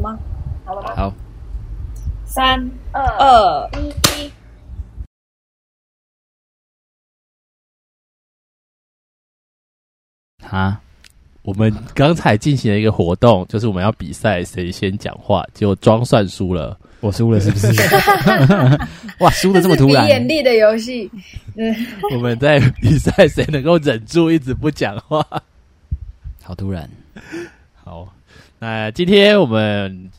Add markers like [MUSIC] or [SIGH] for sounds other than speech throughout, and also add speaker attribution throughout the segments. Speaker 1: 吗？好了吗？
Speaker 2: 好，
Speaker 1: 三
Speaker 3: 二
Speaker 1: 二
Speaker 3: 一一，
Speaker 2: 啊，我们刚才进行了一个活动，就是我们要比赛谁先讲话，结果装算输了。
Speaker 4: 我输了是不是？哇，啊输的这么
Speaker 1: 是
Speaker 4: 突
Speaker 1: 比
Speaker 4: 然，
Speaker 1: 眼力的游戏，
Speaker 2: 我们在比赛谁能够忍住一直不讲话。
Speaker 4: 好突然。
Speaker 2: 好，那今天我们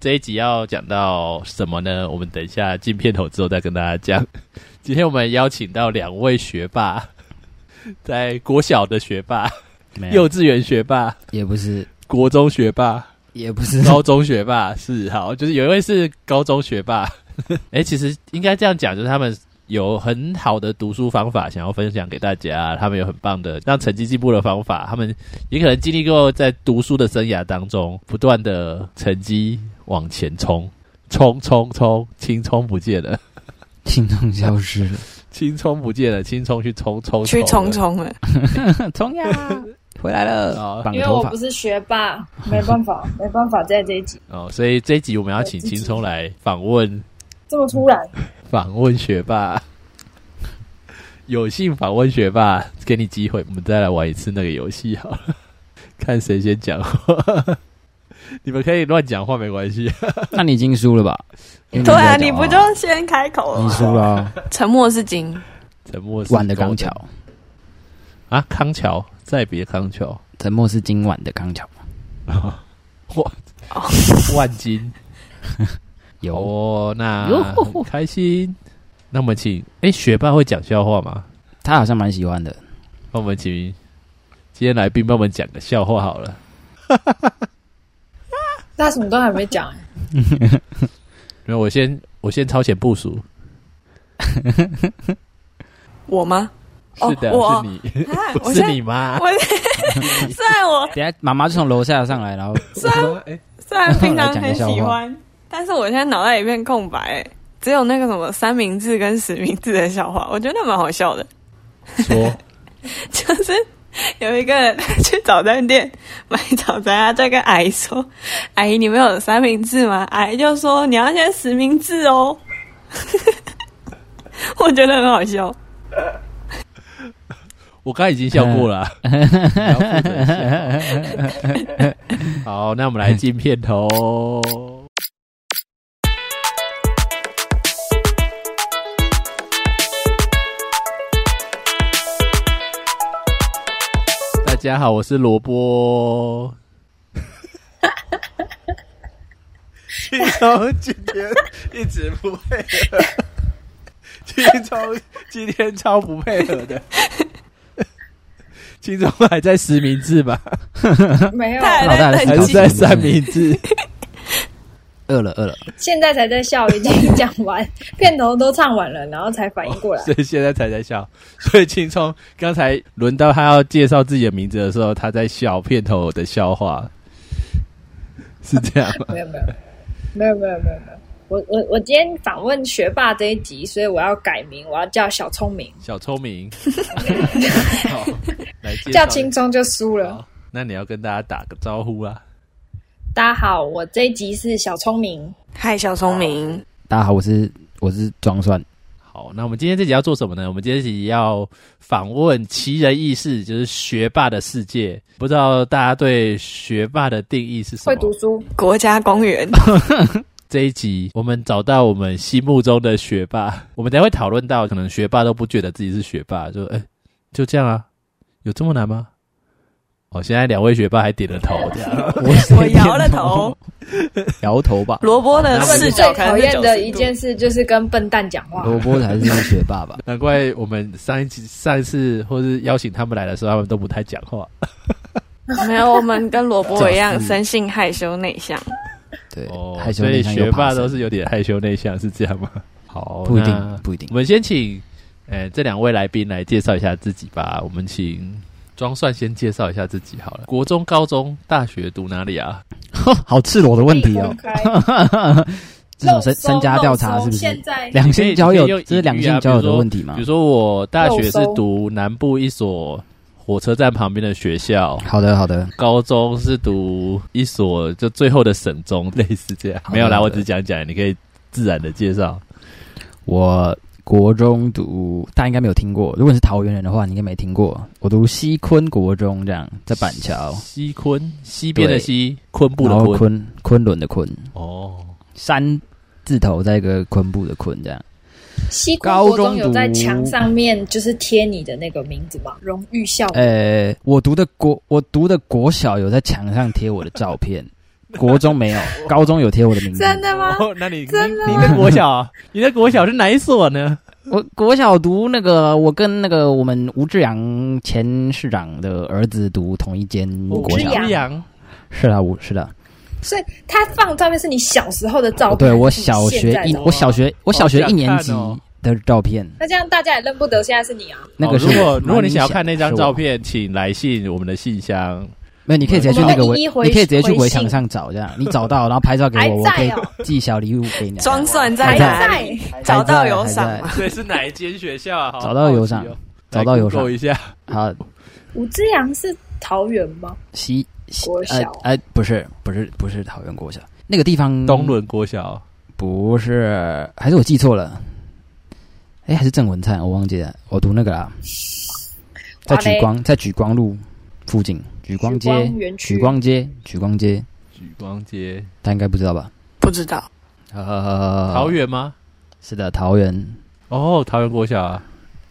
Speaker 2: 这一集要讲到什么呢？我们等一下进片头之后再跟大家讲。 [LAUGHS] 今天我们邀请到两位学霸， [LAUGHS] 在国小的学霸、
Speaker 4: 没有
Speaker 2: 幼，稚园学霸、
Speaker 4: 也不是，
Speaker 2: 国中学霸、
Speaker 4: 也不
Speaker 2: [LAUGHS]
Speaker 4: 是，
Speaker 2: 高中学霸是好，就是有一位是高中学霸。 [LAUGHS] 哎、其实应该这样讲，就是他们有很好的读书方法，想要分享给大家。他们有很棒的让成绩进步的方法，他们也可能经历过在读书的生涯当中，不断的成绩往前冲，冲冲冲，青葱不见了， [LAUGHS]
Speaker 4: 心动消 [LAUGHS] 失
Speaker 2: 青葱不见了，青葱去冲冲
Speaker 5: 去
Speaker 2: 冲
Speaker 5: 重
Speaker 2: 了。
Speaker 5: 重了，
Speaker 4: 了，冲呀， [LAUGHS] 回来
Speaker 2: 好
Speaker 4: 了，绑
Speaker 1: 因
Speaker 4: 个
Speaker 1: 为
Speaker 4: 头
Speaker 1: 我
Speaker 4: 发
Speaker 1: 不，是学霸， [LAUGHS] 没办法，没办法在这一集
Speaker 2: 哦，所以这一集我们要请青葱来访问
Speaker 1: 这么突然，
Speaker 2: 访问学霸，有幸访问学霸，给你机会，我们再来玩一次那个游戏好了， [LAUGHS] 看谁先讲话。 [LAUGHS] 你们可以乱讲话没关系， [LAUGHS]
Speaker 4: 那你已经输了吧？因为
Speaker 5: 对啊，
Speaker 4: 没
Speaker 5: 你
Speaker 4: 有讲
Speaker 5: 不
Speaker 4: 话
Speaker 5: 就先开口了
Speaker 4: 你
Speaker 5: 吗？
Speaker 4: 输了啊，
Speaker 5: 沉默是金，
Speaker 2: 沉默是
Speaker 4: 晚的
Speaker 2: 高
Speaker 4: 康桥，
Speaker 2: 啊，康桥，再别康桥， [LAUGHS]
Speaker 4: 沉默是今晚的康桥。
Speaker 2: 万金
Speaker 4: 有，
Speaker 2: 哦，那
Speaker 4: 哟吼
Speaker 2: 很开心。那我们请，哎、学霸会讲笑话吗？
Speaker 4: 他好像蛮喜欢的。
Speaker 2: 那我们请今天来宾帮我们讲个笑话好了。
Speaker 1: 那什么都还没讲、欸，
Speaker 2: 没有，我先我先超前部署。
Speaker 5: 我吗？哦
Speaker 2: 是的，
Speaker 5: 我
Speaker 2: 是你，
Speaker 5: 啊
Speaker 2: [LAUGHS] 不
Speaker 5: 我
Speaker 2: 是
Speaker 5: 现在
Speaker 2: 你妈。
Speaker 5: 我虽然我
Speaker 4: 等一下妈妈就从楼下上来，然后
Speaker 5: 虽然虽然平常
Speaker 4: [LAUGHS]
Speaker 5: 很
Speaker 4: 来讲一
Speaker 5: 喜
Speaker 4: 个笑
Speaker 5: 欢，但是我现在脑袋一片空白、只有那个什么三明治跟实名制的笑话，我觉得蛮好笑的。 [LAUGHS]
Speaker 2: 说，
Speaker 5: 就是有一个 [LAUGHS] 人他去早餐店买早餐，他就跟阿姨说：“阿姨，你们有三明治吗？”阿姨就说：“你要先实名制哦。”我觉得很好笑，
Speaker 2: 我刚才已经笑过了啊。你要负责笑好，那我们来进片头。大家好，我是萝卜。
Speaker 6: 青葱今天一直不配合，青葱今天超不配合的，
Speaker 2: 青葱还在实名
Speaker 1: [LAUGHS]
Speaker 2: 制吧？
Speaker 1: 没有，
Speaker 5: 太
Speaker 4: 老大
Speaker 5: 冷
Speaker 2: 还
Speaker 5: 静
Speaker 2: 是在三明治？
Speaker 4: [LAUGHS] 饿了饿了，
Speaker 1: 现在才在笑，已经讲完， [LAUGHS] 片头都唱完了，然后才 [LAUGHS] 反应过来。
Speaker 2: 哦所以现在才在笑。所以青葱刚才轮到他要介绍自己的名字的时候，他在笑片头的笑话，是这样
Speaker 1: [LAUGHS]
Speaker 2: 吗？
Speaker 1: 没有没有没有没有没有没有，我我我今天访问学霸这一集，所以我要改名，我要叫小聪明，
Speaker 2: 小
Speaker 1: [LAUGHS]
Speaker 2: 聪明，好，来介绍
Speaker 1: 叫轻。松就输了。
Speaker 2: 好那你要跟大家打个招呼啊！
Speaker 1: 大家好，我这一集是小聪明，
Speaker 5: 嗨，小聪明，
Speaker 4: 大家好，我是我是装蒜，
Speaker 2: 好，那我们今天这集要做什么呢？我们今天这集要访问奇人异事，就是学霸的世界。不知道大家对学霸的定义是什么？
Speaker 1: 会读书，
Speaker 5: 国家公园，
Speaker 2: 这一集，我们找到我们心目中的学霸， [LAUGHS] 我们等一下会讨论到，可能学霸都不觉得自己是学霸，就哎、就这样啊，有这么难吗？哦，现在两位学霸还点了头，这样
Speaker 5: [LAUGHS] 我摇了头。
Speaker 4: [LAUGHS] 摇头吧。
Speaker 5: 萝卜的
Speaker 2: 他
Speaker 1: 他们最
Speaker 5: 视角可
Speaker 1: 讨
Speaker 5: 能是
Speaker 1: 厌
Speaker 5: 九
Speaker 1: 的一
Speaker 5: 十度
Speaker 1: 件。事就是跟笨蛋讲话。
Speaker 4: 萝卜才是学霸吧？
Speaker 2: [LAUGHS] 难怪我们上一集、上一次或是邀请他们来的时候，他们都不太讲话。
Speaker 5: [LAUGHS] 没有，我们跟萝卜一样，
Speaker 4: 就是
Speaker 5: 生性害羞内向。
Speaker 4: 对
Speaker 2: 哦，，
Speaker 4: 害羞
Speaker 2: 所以
Speaker 4: 内向又
Speaker 2: 学
Speaker 4: 怕
Speaker 2: 霸
Speaker 4: 生
Speaker 2: 都是有点害羞内向，是这样吗？ [LAUGHS] 好，
Speaker 4: 不一
Speaker 2: 那
Speaker 4: 定不一定
Speaker 2: 我。们先请，呃，这两位来宾来介绍一下自己吧。我们请庄算先介绍一下自己好了。国中、高中、大学读哪里啊？
Speaker 4: 好赤裸的问题哦
Speaker 1: 公。开
Speaker 4: [LAUGHS] 这种身身家调查
Speaker 1: 漏搜
Speaker 4: 是不
Speaker 1: 现
Speaker 4: 是？
Speaker 1: 在
Speaker 4: [LAUGHS] 两性交
Speaker 2: 你可以
Speaker 4: 友
Speaker 2: 用，
Speaker 4: 这是
Speaker 2: 隐喻啊
Speaker 4: 两性交友的问题吗
Speaker 2: 比如？说我大学是读南部一所火车站旁边的学
Speaker 4: [LAUGHS]
Speaker 2: 校。
Speaker 4: 好的，好的，
Speaker 2: 高中是读一所就最后的省中，类似这样。
Speaker 4: 好的
Speaker 2: 没有啦，
Speaker 4: 好
Speaker 2: 我
Speaker 4: 的
Speaker 2: 只是讲讲，你可以自然的介绍。
Speaker 4: 我国中读，大家应该没有听过。如果你是桃园人的话，你应该没听过。我读西昆国中，这样在板桥，
Speaker 2: 西昆，西边的
Speaker 4: 对
Speaker 2: 西，昆布
Speaker 4: 然
Speaker 2: 的
Speaker 4: 后
Speaker 2: 昆。
Speaker 4: 昆昆仑的昆，
Speaker 2: 哦，
Speaker 4: 山字头在一个昆布的昆，这样。
Speaker 1: 西昆国
Speaker 4: 高
Speaker 1: 中
Speaker 4: 中
Speaker 1: 有在
Speaker 4: 读
Speaker 1: 墙上面就是贴你的那个名字吗？荣誉校友
Speaker 4: 呃，我读的国，我读的国小有在墙上贴我的照片，国中
Speaker 1: [LAUGHS]
Speaker 4: 没有，高中有贴我的名字。
Speaker 5: 真的吗？
Speaker 2: 哦，那你你
Speaker 5: 真的
Speaker 2: 你的国小，啊你的国小是哪一所呢？
Speaker 4: 我国小读那个，我跟那个我们吴志阳前市长的儿子读同一间国小
Speaker 1: 吴志，阳
Speaker 2: 阳，
Speaker 4: 是的，吴是的，哦
Speaker 1: 所以他放的照片是你小时候的照片。
Speaker 4: 对我
Speaker 1: 还是你
Speaker 4: 小
Speaker 1: 现
Speaker 4: 学
Speaker 1: 在的
Speaker 4: 一
Speaker 1: 照，片
Speaker 4: 我小学我小学
Speaker 2: 好
Speaker 4: 一
Speaker 2: 想
Speaker 4: 年
Speaker 2: 看
Speaker 4: 级
Speaker 2: 哦
Speaker 4: 的照片，
Speaker 1: 那这样大家也认不得现在是你啊！
Speaker 4: 那个
Speaker 2: 哦
Speaker 4: 是
Speaker 2: 如果
Speaker 4: 我
Speaker 2: 如果你想要
Speaker 4: 蛮
Speaker 2: 看那张
Speaker 4: 是我
Speaker 2: 照片，请来信我们的信
Speaker 4: [LAUGHS]
Speaker 2: 箱。
Speaker 4: 没有，你可以直接去那个
Speaker 1: 我们
Speaker 4: 围，
Speaker 1: 会一一回
Speaker 4: 你可以直接去
Speaker 1: 回
Speaker 4: 围
Speaker 1: 信
Speaker 4: 墙上找，这样你找到，然后拍照给
Speaker 1: 还
Speaker 4: 我，我可
Speaker 1: 在
Speaker 4: 以
Speaker 1: 哦
Speaker 4: 寄小礼物给你。啊
Speaker 5: 装蒜
Speaker 1: 还
Speaker 5: 在哪里？
Speaker 1: 在
Speaker 5: [LAUGHS]
Speaker 1: 啊
Speaker 5: 找到
Speaker 4: 还在
Speaker 5: 有
Speaker 4: 还
Speaker 5: 赏
Speaker 4: 在
Speaker 5: 吗？
Speaker 2: 所以是哪一间学校啊？好
Speaker 4: 找到有赏
Speaker 2: 好奇哦
Speaker 4: 找到有赏
Speaker 2: 来 Google 一下。
Speaker 4: 好，
Speaker 1: 吴志阳是桃园吗？
Speaker 4: 西西
Speaker 1: 国
Speaker 4: 呃
Speaker 1: 小
Speaker 4: 呃，不是不是不是桃园国小，那个地方
Speaker 2: 东伦国小，
Speaker 4: 不是，还是我记错了？哎，还是郑文灿，我忘记了，我读那个啦，在
Speaker 1: 哇嘞
Speaker 4: 举光，在举光路附近，举光街
Speaker 1: 举光园，区
Speaker 4: 举光街，举光街，
Speaker 2: 举光街，
Speaker 4: 他应该不知道吧？
Speaker 5: 不知道，
Speaker 4: 呃，
Speaker 2: 桃园吗？
Speaker 4: 是的，桃园
Speaker 2: 哦，桃园国小啊，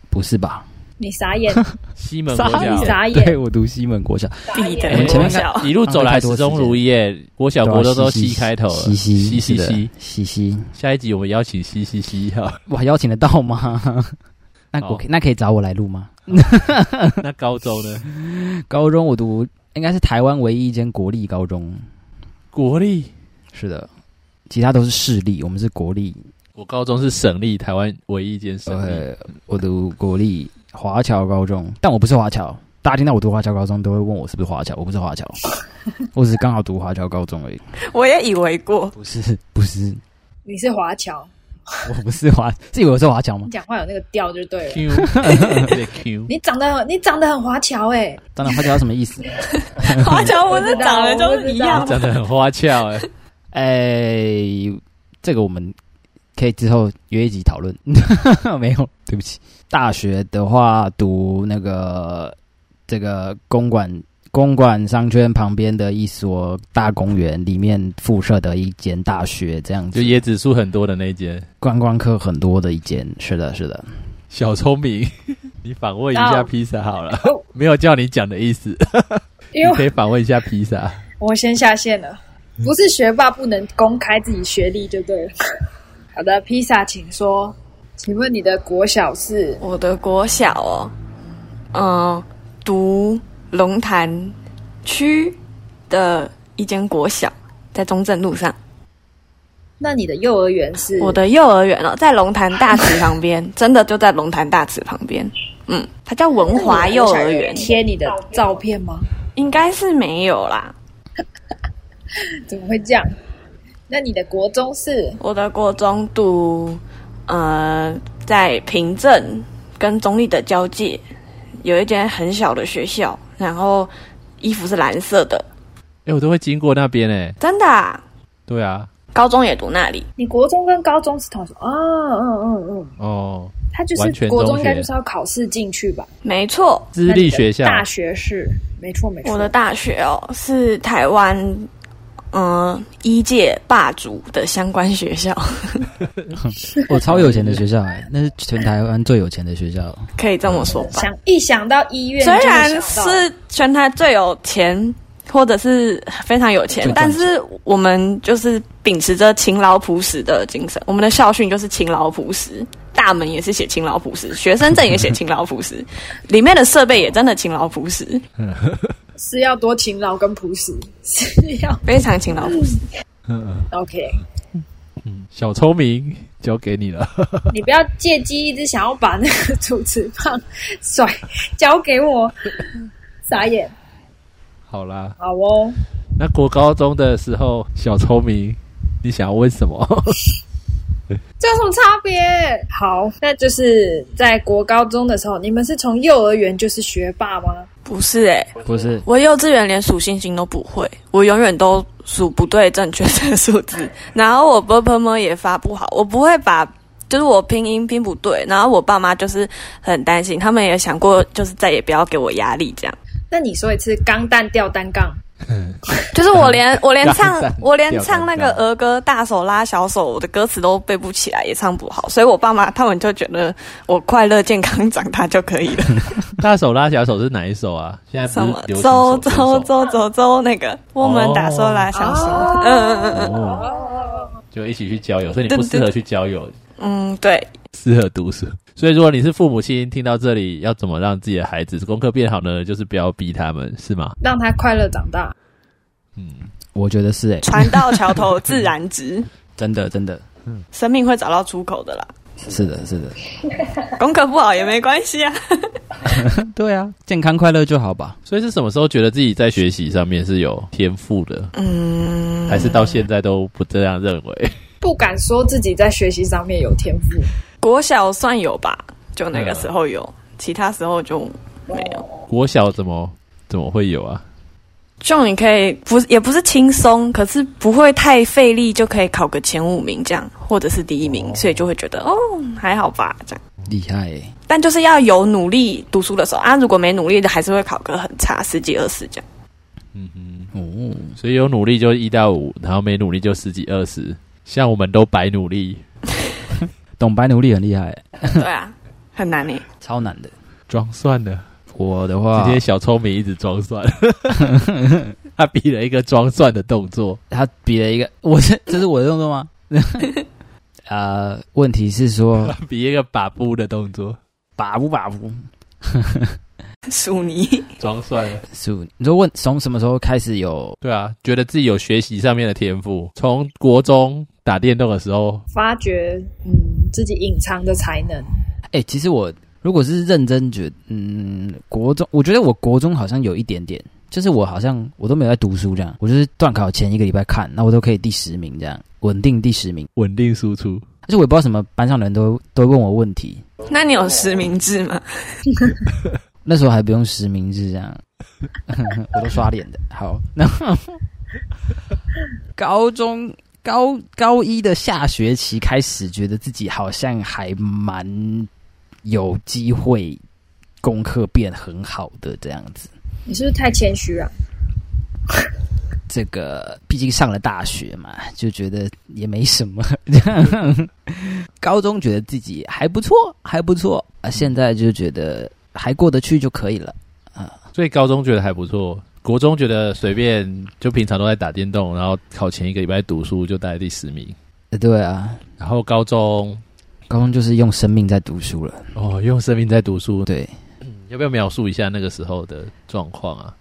Speaker 4: 不是吧？
Speaker 1: 你傻
Speaker 4: [LAUGHS]
Speaker 1: 眼，
Speaker 2: 西门国
Speaker 1: 你
Speaker 2: 小。
Speaker 1: 傻
Speaker 4: 对
Speaker 1: 眼，
Speaker 4: 我读西门国小，
Speaker 5: 必
Speaker 2: 哎
Speaker 5: 的
Speaker 4: 们前
Speaker 5: 国
Speaker 4: 面
Speaker 5: 小，
Speaker 2: 一路走来
Speaker 4: 浪费
Speaker 2: 始
Speaker 4: 太多时
Speaker 2: 终
Speaker 4: 间
Speaker 2: 如一耶，国小
Speaker 4: 对啊
Speaker 2: 国都都
Speaker 4: 西
Speaker 2: 西开头了，
Speaker 4: 西西
Speaker 2: 西西
Speaker 4: 是的
Speaker 2: 西。
Speaker 4: 西西，
Speaker 2: 下一集我们邀请西西西 [LAUGHS] 哈，
Speaker 4: 我还邀请得到吗？ [LAUGHS] 那
Speaker 2: 好
Speaker 4: 我可以那可以找我来录吗？
Speaker 2: 那高中呢？
Speaker 4: 高中我读应该是台湾唯一一间国立高中，
Speaker 2: 国立，
Speaker 4: 是的，其他都是市立，我们是国立。
Speaker 2: 我高中是省立，台湾唯一一间省立。
Speaker 4: 呃，我读国立华侨高中，但我不是华侨。大家听到我读华侨高中，都会问我是不是华侨，我不是华侨，我只是刚好读华侨高中而已，
Speaker 5: 我也以为过，
Speaker 4: 不是不是，
Speaker 1: 你是华侨，
Speaker 4: 我不是华，是以为我是华侨吗
Speaker 1: 你？讲话有那个调就对了。
Speaker 2: Q，对 [LAUGHS] Q，
Speaker 1: 你长得很你长得很华侨哎，
Speaker 4: 当然华侨什么意思？
Speaker 5: 华侨不是长得就是一
Speaker 1: 我
Speaker 5: 样吗
Speaker 1: 不知道，
Speaker 2: 长得很花俏哎。
Speaker 4: 哎，这个我们可以之后约一集讨论。 [LAUGHS] 没有，对不起。大学的话，读那个这个公馆公馆商圈旁边的一所大公园里面附设的一间大学，这样
Speaker 2: 就
Speaker 4: 子，
Speaker 2: 椰子树很多的那一间。
Speaker 4: 观光客很多的一间。是的，是的。
Speaker 2: 小聪明， [LAUGHS] 你访问一下
Speaker 1: 哦
Speaker 2: 披萨好了
Speaker 1: 哦，
Speaker 2: 没有叫你讲的意思，
Speaker 1: 因
Speaker 2: 你
Speaker 1: 为
Speaker 2: 可以访问一下披萨。
Speaker 1: 我先下线了，
Speaker 2: 嗯
Speaker 1: 不是学霸不能公开自己学历就对了。 [LAUGHS] 好的，披萨，请说，请问你的国小是
Speaker 5: 我的国小哦，嗯，读龙潭区的一间国小，在中正路上。
Speaker 1: 那你的幼儿园是
Speaker 5: 我的幼儿园哦，在龙潭大池旁边，真的就在龙潭大池旁边。嗯，它叫文华幼儿园，
Speaker 1: 贴你的照片吗？
Speaker 5: 应该是没有啦。
Speaker 1: 怎么会这样？那你的国中是
Speaker 5: 我的国中读，呃，在平镇跟中立的交界，有一间很小的学校，然后衣服是蓝色的，
Speaker 2: 哎、我都会经过那边哎、
Speaker 5: 真的、啊。
Speaker 2: 对啊，
Speaker 5: 高中也读那里，
Speaker 1: 你国中跟高中是同学啊？嗯嗯嗯，
Speaker 2: 哦，
Speaker 1: 他就
Speaker 2: 完全
Speaker 1: 是国
Speaker 2: 中
Speaker 1: 中应该
Speaker 2: 学
Speaker 1: 就是要考试进去吧？
Speaker 5: 没错。
Speaker 2: 私立学校
Speaker 1: 那你的大学是没错没错。
Speaker 5: 我的大学哦是台湾，嗯、医界霸主的相关学校，
Speaker 4: 我超有钱的学校哎、那是全台湾最有钱的学校。
Speaker 5: 可以这么说吧。
Speaker 1: 想一想到医院，
Speaker 5: 虽然
Speaker 1: 就会想到
Speaker 5: 是全台最有钱，或者是非常有钱
Speaker 4: 最，赚
Speaker 5: 但
Speaker 4: 钱
Speaker 5: 是我们就是秉持着勤劳朴实的精神，我们的校训就是勤劳朴实。大门也是写勤劳朴实，学生证也写勤劳朴实，里面的设备也真的勤劳朴实，
Speaker 1: 是要多勤劳跟朴实， [LAUGHS] 是要
Speaker 5: 非常勤劳朴
Speaker 1: 嗯
Speaker 5: 实。
Speaker 1: OK。
Speaker 2: 小聪明交给你了。 [LAUGHS]
Speaker 1: 你不要借机一直想要把那个主持棒甩交给 [LAUGHS] 我，傻眼。
Speaker 2: 好啦，
Speaker 1: 好哦，
Speaker 2: 那国高中的时候，小聪明，你想要问什么？
Speaker 1: 这有什么差别？好，那就是在国高中的时候，你们是从幼儿园就是学霸吗？
Speaker 5: 不是哎、
Speaker 4: 不是
Speaker 5: 我幼稚园连数星星都不会，我永远都数不对正确的数字，然后我 b p m 也发不好，我不会把。就是我拼音拼不对，然后我爸妈就是很担心，他们也想过就是再也不要给我压力这样。
Speaker 1: 那你说一次钢弹吊单杠，
Speaker 5: 就是我
Speaker 2: 嗯
Speaker 5: 连我连唱
Speaker 4: 干干
Speaker 5: 我连
Speaker 4: 掉
Speaker 5: 唱那
Speaker 4: 干
Speaker 5: 个
Speaker 4: 掉
Speaker 5: 儿歌大手拉小手，我的歌词都背不起来，也唱不好，所以我爸妈他们就觉得我快乐健康长大就可以
Speaker 2: [LAUGHS]
Speaker 5: 了。
Speaker 2: 大手拉小手是哪一首啊？现在
Speaker 5: 什
Speaker 2: 不
Speaker 5: 么
Speaker 2: 是流行
Speaker 5: 走
Speaker 2: 手
Speaker 5: 走
Speaker 2: 牵手，
Speaker 5: 走走走那个，我们打手拉小手，
Speaker 1: 哦
Speaker 5: 嗯嗯嗯嗯
Speaker 2: 哦，就一起去交友，所以你不适合去交友，
Speaker 5: 嗯，对，
Speaker 2: 适合读书。所以如果你是父母亲，听到这里要怎么让自己的孩子功课变好呢？就是不要逼他们，是吗？
Speaker 1: 让他快乐长大？
Speaker 4: 我觉得是哎、
Speaker 5: 船到桥头自然直，
Speaker 4: 真的真的
Speaker 5: [LAUGHS] 生命会找到出口的啦。
Speaker 4: 是的是的，
Speaker 5: 功课不好也没关系啊，
Speaker 4: 对啊，健康快乐就好吧。
Speaker 2: 所以是什么时候觉得自己在学习上面是有天赋的？嗯，还是到现在都不这样认为？
Speaker 1: 不敢说自己在学习上面有天赋，
Speaker 5: 国小算有吧，就那个时候有，
Speaker 2: 嗯
Speaker 5: 其他时候就没有。
Speaker 2: 国小怎么怎么会有啊？
Speaker 5: 就你可以不是也不是轻松，可是不会太费力，就可以考个前五名这样，或者是第一名，所以就会觉得哦还好吧这样。
Speaker 4: 厉害、欸，
Speaker 5: 但就是要有努力读书的时候啊，如果没努力的，还是会考个很差，十几二十这 [LAUGHS] 样。
Speaker 2: 嗯哼，
Speaker 4: 哦，
Speaker 2: 所以有努力就一到五，然后没努力就十几二十，像我们都白努力，
Speaker 4: 懂白奴隶很厉害、欸，
Speaker 5: 对啊，很难呢。
Speaker 4: 超难的。
Speaker 2: 装蒜的。
Speaker 4: 我的话
Speaker 2: 今，天小聪明一直装 [LAUGHS] 蒜，他比了一个装蒜的动作。
Speaker 4: 他比了一个，我这这是我的动作 [LAUGHS] 吗？呃，问题是说
Speaker 2: 比一个把布的动作，
Speaker 4: 把不把不
Speaker 5: 属你，
Speaker 2: 装蒜。
Speaker 4: 是不你说问从什么时候开始有
Speaker 2: 对啊，觉得自己有学习上面的天赋，从国中打电动的时候，
Speaker 1: 发掘嗯自己隐藏的才能。
Speaker 4: 哎、其实我如果是认真觉嗯，国中，我觉得我国中好像有一点点，就是我好像我都没有在读书这样，我就是断考前一个礼拜看，那我都可以第十名这样，稳定第十名。
Speaker 2: 稳定输出。
Speaker 4: 而且我也不知道什么班上的人都都问我问题，
Speaker 5: 那你有实名制吗？
Speaker 4: 那时候还不用实名制这样， [LAUGHS] 我都刷脸的。好，那高中高高一的下学期开始，觉得自己好像还蛮有机会，功课变很好的这样子。
Speaker 1: 你是不是太谦虚 [LAUGHS] 啊？
Speaker 4: 这个毕竟上了大学嘛，就觉得也没什么。 [LAUGHS] 这样高中觉得自己还不错，还不错啊，现在就觉得还过得去就可以了。
Speaker 2: 所以高中觉得还不错，国中觉得随便，就平常都在打电动，然后考前一个礼拜读书就大概第十名。
Speaker 4: 呃对啊，
Speaker 2: 然后高中
Speaker 4: 高中就是用生命在读书了。
Speaker 2: 哦，用生命在读书，
Speaker 4: 对，
Speaker 2: 要不要描述一下那个时候的状况啊？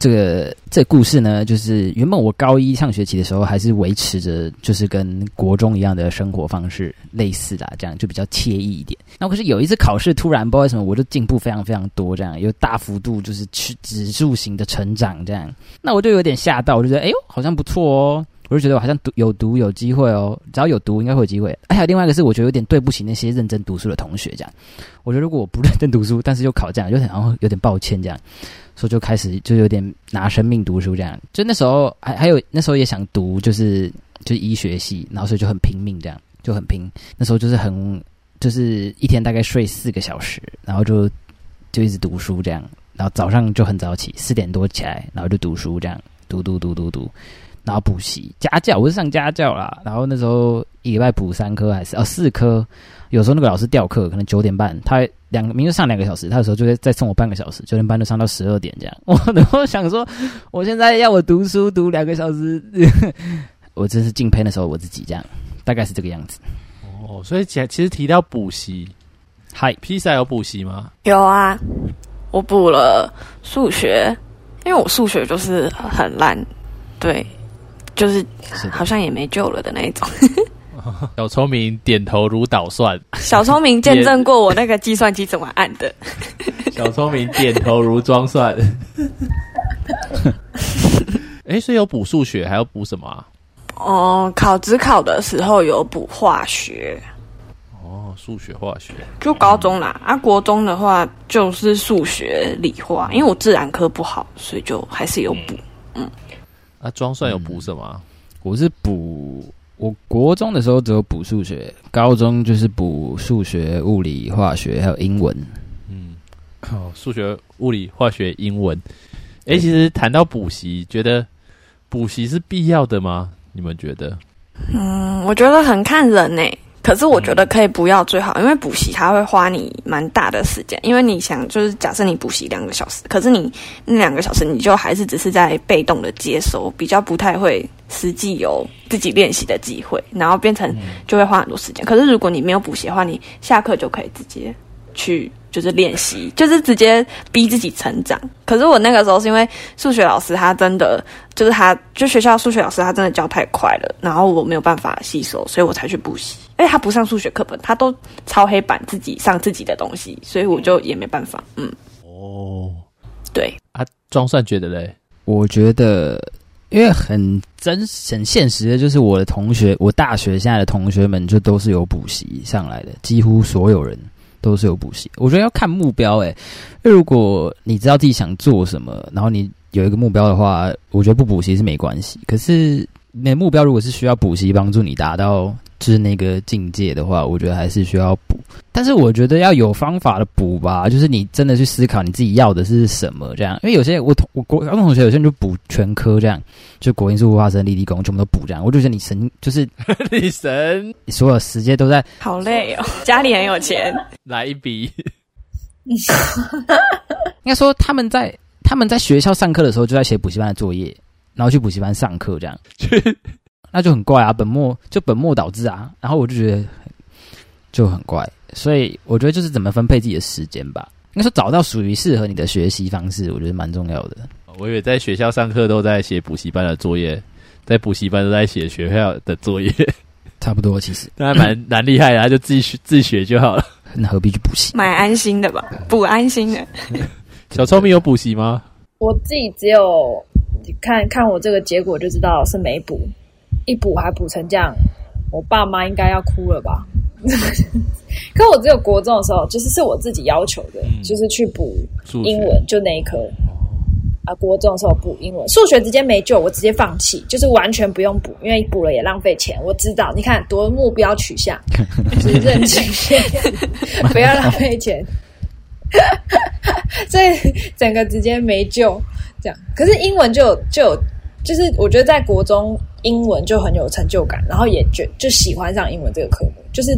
Speaker 4: 这个这故事呢，就是原本我高一上学期的时候，还是维持着就是跟国中一样的生活方式，类似啦，这样就比较惬意一点。那可是有一次考试，突然不知道为什么，我就进步非常非常多，这样有大幅度就是指指数型的成长，这样，那我就有点吓到，我就觉得哎呦好像不错哦。我就觉得我好像读有读有机会哦，只要有读应该会有机会。哎还有另外一个是，我觉得有点对不起那些认真读书的同学，这样。我觉得如果我不认真读书，但是又考这样，就很然后有点抱歉这样。所以就开始就有点拿生命读书这样。就那时候还还有那时候也想读就是就是医学系，然后所以就很拼命这样，就很拼。那时候就是很就是一天大概睡四个小时，然后就就一直读书这样，然后早上就很早起，四点多起来，然后就读书这样，读读读读读。然后补习家教，我是上家教啦。然后那时候一礼拜补三科还是哦四科，有时候那个老师调课，可能九点半，他两个明明就上两个小时，他有时候就会再送我半个小时，九点半就上到十二点这样。我然后想说，我现在要我读书读两个小时， [LAUGHS] 我真是敬佩那时候我自己这样，大概是这个样子。
Speaker 2: 哦，所以其其实提到补习，
Speaker 4: 嗨，
Speaker 2: 披萨有补习吗？
Speaker 5: 有啊，我补了数学，因为我数学就是很烂，对，就是
Speaker 4: 是的
Speaker 5: 好，像也没救了的那一种。
Speaker 2: [LAUGHS]
Speaker 5: [LAUGHS]
Speaker 2: 小聪明点头如捣蒜，
Speaker 5: 小聪明见证过我那个计算机怎么按 [LAUGHS] 的，
Speaker 2: [LAUGHS] 小聪明点头如装 [LAUGHS] 蒜。哎、所以有补数学，还要补什么啊？
Speaker 5: 哦，考只考的时候有补化学，
Speaker 2: 哦，数学、化学。
Speaker 5: 就高中啦，啊，国中的话就是数学、理化，因为我自然科不好，所以就还是有补。
Speaker 2: 啊，装蒜有补什么啊？
Speaker 4: 我是补，我国中的时候只有补数学，高中就是补数学、物理、化学还有英文。
Speaker 2: 嗯，哦，数学、物理、化学、英文。哎、其实谈到补习，觉得补习是必要的吗？你们觉得？
Speaker 5: 嗯，我觉得很看人呢、可是我觉得可以不要最好，因为补习它会花你蛮大的时间，因为你想就是假设你补习两个小时，可是你那两个小时你就还是只是在被动的接收，比较不太会实际有自己练习的机会，然后变成就会花很多时间。可是如果你没有补习的话，你下课就可以直接去就是练习，就是直接逼自己成长。可是我那个时候是因为数学老师他真的就是他就学校数学老师他真的教太快了，然后我没有办法吸收，所以我才去补习。哎，他不上数学课本，他都抄黑板自己上自己的东西，所以我就也没办法。嗯，
Speaker 2: 哦，
Speaker 5: 对，
Speaker 2: 啊，装蒜觉得 [LAUGHS] 嘞？
Speaker 4: 我觉得，因为很真很现实的，就是我的同学，我大学现在的同学们就都是有补习上来的，几乎所有人都是有补习。我觉得要看目标、欸，诶，因为如果你知道自己想做什么，然后你有一个目标的话，我觉得不补习是没关系。可是你的目标如果是需要补习帮助你达到。就是那个境界的话，我觉得还是需要补，但是我觉得要有方法的补吧，就是你真的去思考你自己要的是什么，这样。因为有些我同我国高中同学有些人就补全科这样，就国英数、化生、立地工全部都补这样，我就觉得你神就是
Speaker 2: 女神
Speaker 4: 所有时间都在
Speaker 5: 好累哦，家里很有钱，
Speaker 2: 来一 [LAUGHS] 笔，
Speaker 4: 应该说他们在他们在学校上课的时候就在写补习班的作业，然后去补习班上课这样，那就很怪啊，本末就本末倒置啊。然后我就觉得就很怪，所以我觉得就是怎么分配自己的时间吧。应该说找到属于适合你的学习方式，我觉得蛮重要的。
Speaker 2: 我以为在学校上课都在写补习班的作业，在补习班都在写学校的作业，
Speaker 4: 差不多其实，
Speaker 2: [LAUGHS] 那还蛮蛮厉害的，他就自己学自学就好了。
Speaker 4: 那何必去补习？
Speaker 5: 买安心的吧，补安心的。
Speaker 2: 小聪明有补习吗？
Speaker 1: 我自己只有你看看我这个结果就知道是没补，一补还补成这样，我爸妈应该要哭了吧？ [LAUGHS] 可我只有国中的时候，就是是我自己要求的，
Speaker 2: 嗯
Speaker 1: 就是去补
Speaker 2: 数学
Speaker 1: 英文，就那一科。啊，国中的时候补英文，数学直接没救，我直接放弃，就是完全不用补，因为补了也浪费钱。我知道，你看多目标取
Speaker 2: [LAUGHS]
Speaker 1: 向，就是认清些， [LAUGHS] 不要浪费钱。 [LAUGHS] 所以整个直接没救，这样。可是英文就有就有，就是我觉得在国中英文就很有成就感，然后也觉就喜欢上英文这个科目，就是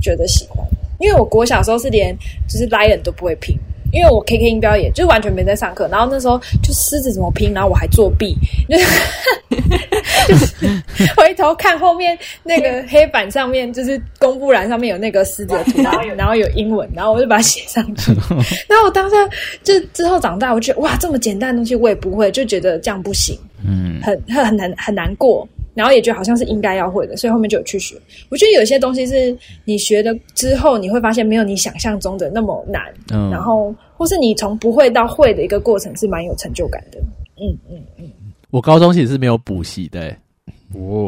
Speaker 1: 觉得喜欢。因为我国小时候是连就是 lion 都不会拼，因为我 KK 音标也就是完全没在上课，然后那时候就狮子怎么拼，然后我还作弊，就是就是 [LAUGHS] 回头看后面那个黑板上面就是公布栏上面有那个狮子的图案，然后有英文，然后我就把它写上去。然后我当下就之后长大，我觉得哇，这么简单的东西我也不会，就觉得这样不行，
Speaker 4: 嗯，
Speaker 1: 很很很难很难过。然后也觉得好像是应该要会的，所以后面就有去学。我觉得有些东西是你学了之后，你会发现没有你想象中的那么难，
Speaker 4: 嗯
Speaker 1: 然后或是你从不会到会的一个过程是蛮有成就感的。嗯嗯，
Speaker 2: 我高中其实是没有补习的、欸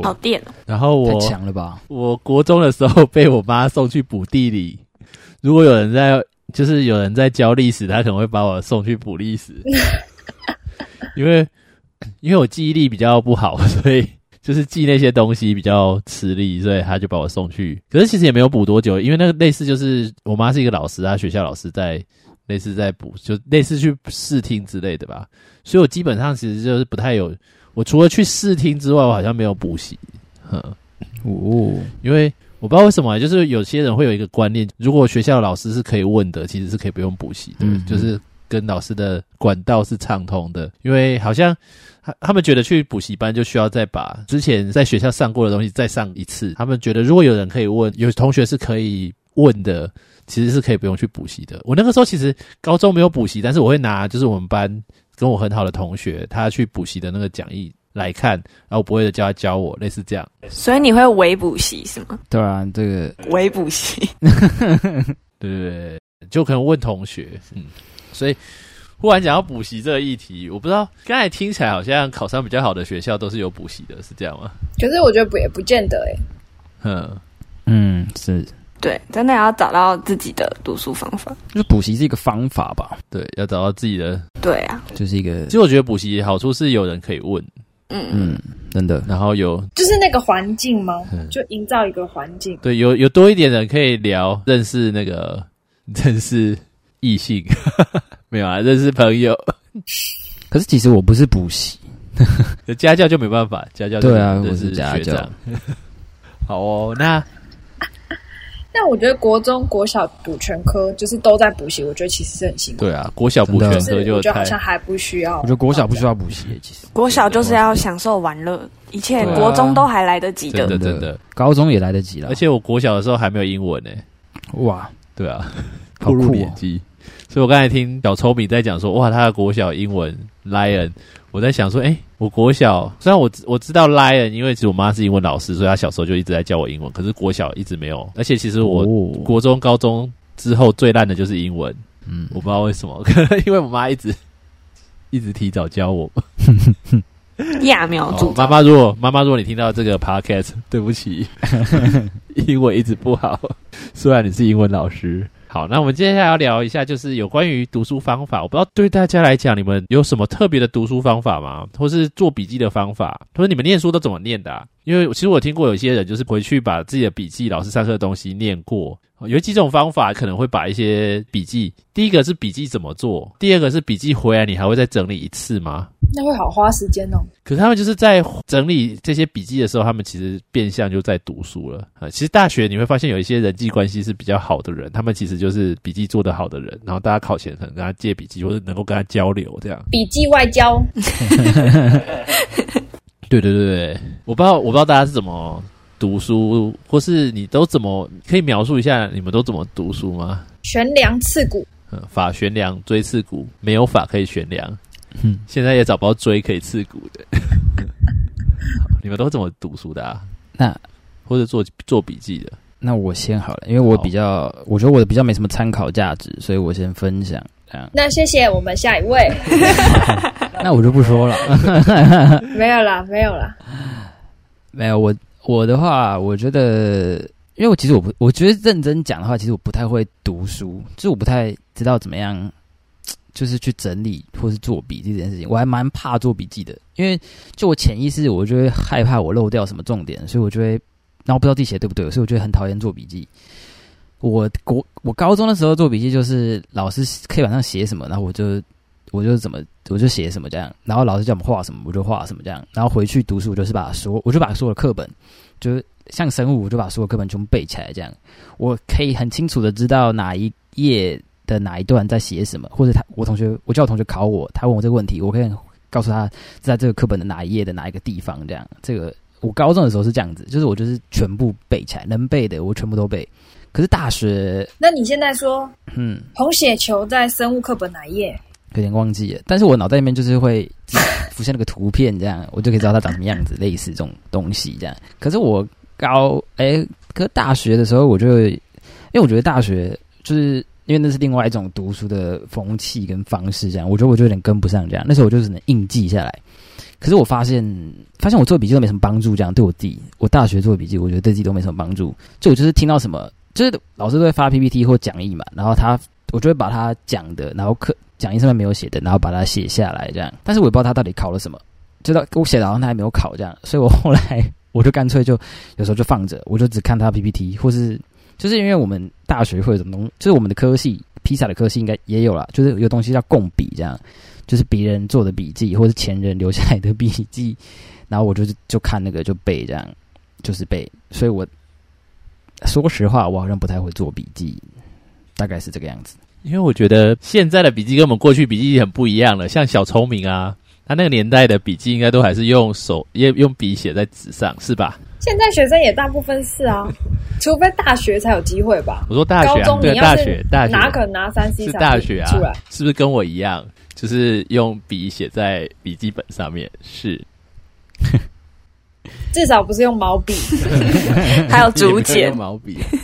Speaker 5: 好
Speaker 4: 哦，
Speaker 5: 电哦，
Speaker 2: 然后
Speaker 4: 太
Speaker 2: 我
Speaker 4: 强了吧？
Speaker 2: 我国中的时候被我妈送去补地理，如果有人在，就是有人在教历史，他可能会把我送去补历史，因为因为我记忆力比较不好，所以就是记那些东西比较吃力，所以他就把我送去。可是其实也没有补多久，因为那个类似就是我妈是一个老师，她学校老师在类似在补，就类似去试听之类的吧，所以我基本上其实就是不太有，我除了去试听之外，我好像没有补习，嗯。
Speaker 4: 哦，
Speaker 2: 因为我不知道为什么啊，就是有些人会有一个观念，如果学校老师是可以问的，其实是可以不用补习的，
Speaker 4: 嗯
Speaker 2: 就是跟老师的管道是畅通的。因为好像他他们觉得去补习班就需要再把之前在学校上过的东西再上一次，他们觉得如果有人可以问，有同学是可以问的。其实是可以不用去补习的。我那个时候其实高中没有补习，但是我会拿就是我们班跟我很好的同学他去补习的那个讲义来看，然后我不会的叫他教我，类似这样。
Speaker 5: 所以你会微补习是吗？
Speaker 4: 对啊，这个
Speaker 5: 微补习。
Speaker 2: 对对对，就可能问同学，嗯，所以忽然讲到补习这个议题，我不知道刚才听起来好像考上比较好的学校都是有补习的，是这样吗？
Speaker 1: 欸可是我觉得不也不见得诶、
Speaker 2: 嗯，
Speaker 4: 嗯是
Speaker 5: 对，啊真的要找到自己的读书方法。
Speaker 4: 就是补习是一个方法吧，
Speaker 2: 对，要找到自己的。
Speaker 5: 对啊，
Speaker 4: 就是一个
Speaker 2: 其实我觉得补习好处是有人可以问，
Speaker 5: 嗯，
Speaker 4: 嗯，真的
Speaker 2: 然后有
Speaker 1: 就是那个环境吗
Speaker 2: 嗯？
Speaker 1: 就营造一个环境，
Speaker 2: 对有有多一点人可以聊，认识那个 [LAUGHS] 认识异性， [LAUGHS] 没有啊，认识朋友。
Speaker 4: 可是其实我不是补习，
Speaker 2: 家教就没办法，家教就
Speaker 4: 对啊
Speaker 2: 认
Speaker 4: 我
Speaker 2: 识
Speaker 4: 是家
Speaker 2: 学
Speaker 4: 教
Speaker 2: 长。 [LAUGHS] 好哦，那
Speaker 1: 但我觉得国中、国小补全科就是都在补习，我觉得其实是很辛苦。
Speaker 2: 对啊，国小补
Speaker 4: 真的
Speaker 2: 全
Speaker 1: 就
Speaker 2: 科
Speaker 1: 是我
Speaker 2: 就
Speaker 1: 觉得
Speaker 2: 太
Speaker 1: 好像还不需要。
Speaker 4: 我觉得国小不需要补习， [LAUGHS] 其实
Speaker 5: 国小就是要享受玩乐，一切
Speaker 2: 对啊
Speaker 5: 国中都还来得及
Speaker 2: 真
Speaker 5: 的。
Speaker 2: 的真的，
Speaker 4: 高中也来得及了，
Speaker 2: 而且我国小的时候还没有英文呢、
Speaker 4: 哇，
Speaker 2: 对啊，
Speaker 4: 好
Speaker 2: 步
Speaker 4: 酷
Speaker 2: 入
Speaker 4: 哦
Speaker 2: 年纪。所以我刚才听小聪明在讲说，哇，他的国小英文 lion，我在想说，哎、我国小虽然我知我知道 lion，因为其实我妈是英文老师，所以她小时候就一直在教我英文，可是国小一直没有。而且其实我
Speaker 4: 哦
Speaker 2: 国中、高中之后最烂的就是英文，
Speaker 4: 嗯，
Speaker 2: 我不知道为什么， [LAUGHS] 可能因为我妈一直一直提早教我。
Speaker 5: 揠苗助
Speaker 2: 哦妈
Speaker 5: 长，
Speaker 2: 妈，如果妈妈，如果你听到这个 podcast，对 [LAUGHS] 不起，英文一直不好。 [LAUGHS] 虽然你是英文老师，好，那我们接下来要聊一下，就是有关于读书方法。我不知道对大家来讲，你们有什么特别的读书方法吗？或是做笔记的方法？或者你们念书都怎么念的、啊？因为其实我听过有些人就是回去把自己的笔记、老师上课的东西念过。有几种方法可能会把一些笔记，第一个是笔记怎么做，第二个是笔记回来你还会再整理一次吗？
Speaker 1: 那会好花时间哦。
Speaker 2: 可是他们就是在整理这些笔记的时候，他们其实变相就在读书了啊、其实大学你会发现有一些人际关系是比较好的人，他们其实就是笔记做得好的人，然后大家考前可能跟他借笔记，或者能够跟他交流这样。
Speaker 1: 笔记外交，
Speaker 2: 对对对对，我不知道我不知道大家是怎么读书，或是你都怎么可以描述一下你们都怎么读书吗？
Speaker 1: 悬梁刺股，
Speaker 2: 嗯，法悬梁锥刺股，没有法可以悬梁，
Speaker 4: 嗯
Speaker 2: 现在也找不到锥可以刺股的。 [LAUGHS] 好你们都怎么读书的啊？
Speaker 4: 那
Speaker 2: 或者做做笔记的？
Speaker 4: 那我先好了，因为我比较，我觉得我的比较没什么参考价值，所以我先分享。这样，
Speaker 1: 那谢谢我们下一位，
Speaker 4: 那我就不说了。
Speaker 1: 没有啦，没有啦，
Speaker 4: 没有我我的话，我觉得，因为我其实我不，我觉得认真讲的话，其实我不太会读书，就是我不太知道怎么样，就是去整理或是做笔记这件事情，我还蛮怕做笔记的，因为就我潜意识，我就会害怕我漏掉什么重点，所以我就会，然后我不知道自己写得对不对，所以我就会很讨厌做笔记。我国我高中的时候做笔记，就是老师黑板上写什么，然后我就我就怎么我就写什么这样，然后老师叫我们画什么我就画什么这样，然后回去读书我就是把所我就把所有的课本，就是像生物我就把所有课本全部背起来这样，我可以很清楚的知道哪一页的哪一段在写什么，或者他我同学我叫我同学考我，他问我这个问题，我可以告诉他在这个课本的哪一页的哪一个地方这样，这个我高中的时候是这样子，就是我就是全部背起来，能背的我全部都背。可是大学，
Speaker 1: 那你现在说
Speaker 4: 嗯，
Speaker 1: 红血球在生物课本哪一页？
Speaker 4: 有点忘记了，但是我脑袋里面就是会 [LAUGHS] 浮现那个图片，这样我就可以知道它长什么样子，类似这种东西这样。可是我高哎、可是大学的时候我就，因为我觉得大学就是因为那是另外一种读书的风气跟方式，这样我觉得我就有点跟不上这样。那时候我就只能硬记下来。可是我发现，发现我做笔记都没什么帮助，这样对我自己，我大学做笔记，我觉得对自己都没什么帮助。就我就是听到什么，就是老师都会发 PPT 或讲义嘛，然后他我就会把他讲的，然后课讲义上面没有写的，然后把它写下来这样。但是我也不知道他到底考了什么，知道我写的好像他还没有考这样，所以我后来我就干脆就有时候就放着，我就只看他 PPT，或是就是因为我们大学会有什么东就是我们的科系，披萨的科系应该也有啦，就是有东西叫共笔这样，就是别人做的笔记或是前人留下来的笔记，然后我就就看那个就背这样，就是背，所以我。呃说实话，我好像不太会做笔记，大概是这个样子。
Speaker 2: 因为我觉得现在的笔记跟我们过去笔记很不一样了，像小聪明啊，他那个年代的笔记应该都还是用手也用笔写在纸上，是吧？
Speaker 1: 现在学生也大部分是
Speaker 2: [LAUGHS]
Speaker 1: 啊，除非大学才有机会吧。
Speaker 2: 我说大学、
Speaker 1: 高
Speaker 2: 啊，
Speaker 1: 中
Speaker 2: 对
Speaker 1: 你要
Speaker 2: 大学
Speaker 1: 是，
Speaker 2: 大学
Speaker 1: 哪可能拿三 C
Speaker 2: 是
Speaker 1: 产
Speaker 2: 大
Speaker 1: 品
Speaker 2: 学
Speaker 1: 出
Speaker 2: 啊
Speaker 1: 来？，
Speaker 2: 是不是跟我一样，就是用笔写在笔记本上面？是，
Speaker 1: 至少不是用毛笔。
Speaker 5: 还 [LAUGHS] 有竹简
Speaker 2: 用，毛笔。啊 [LAUGHS]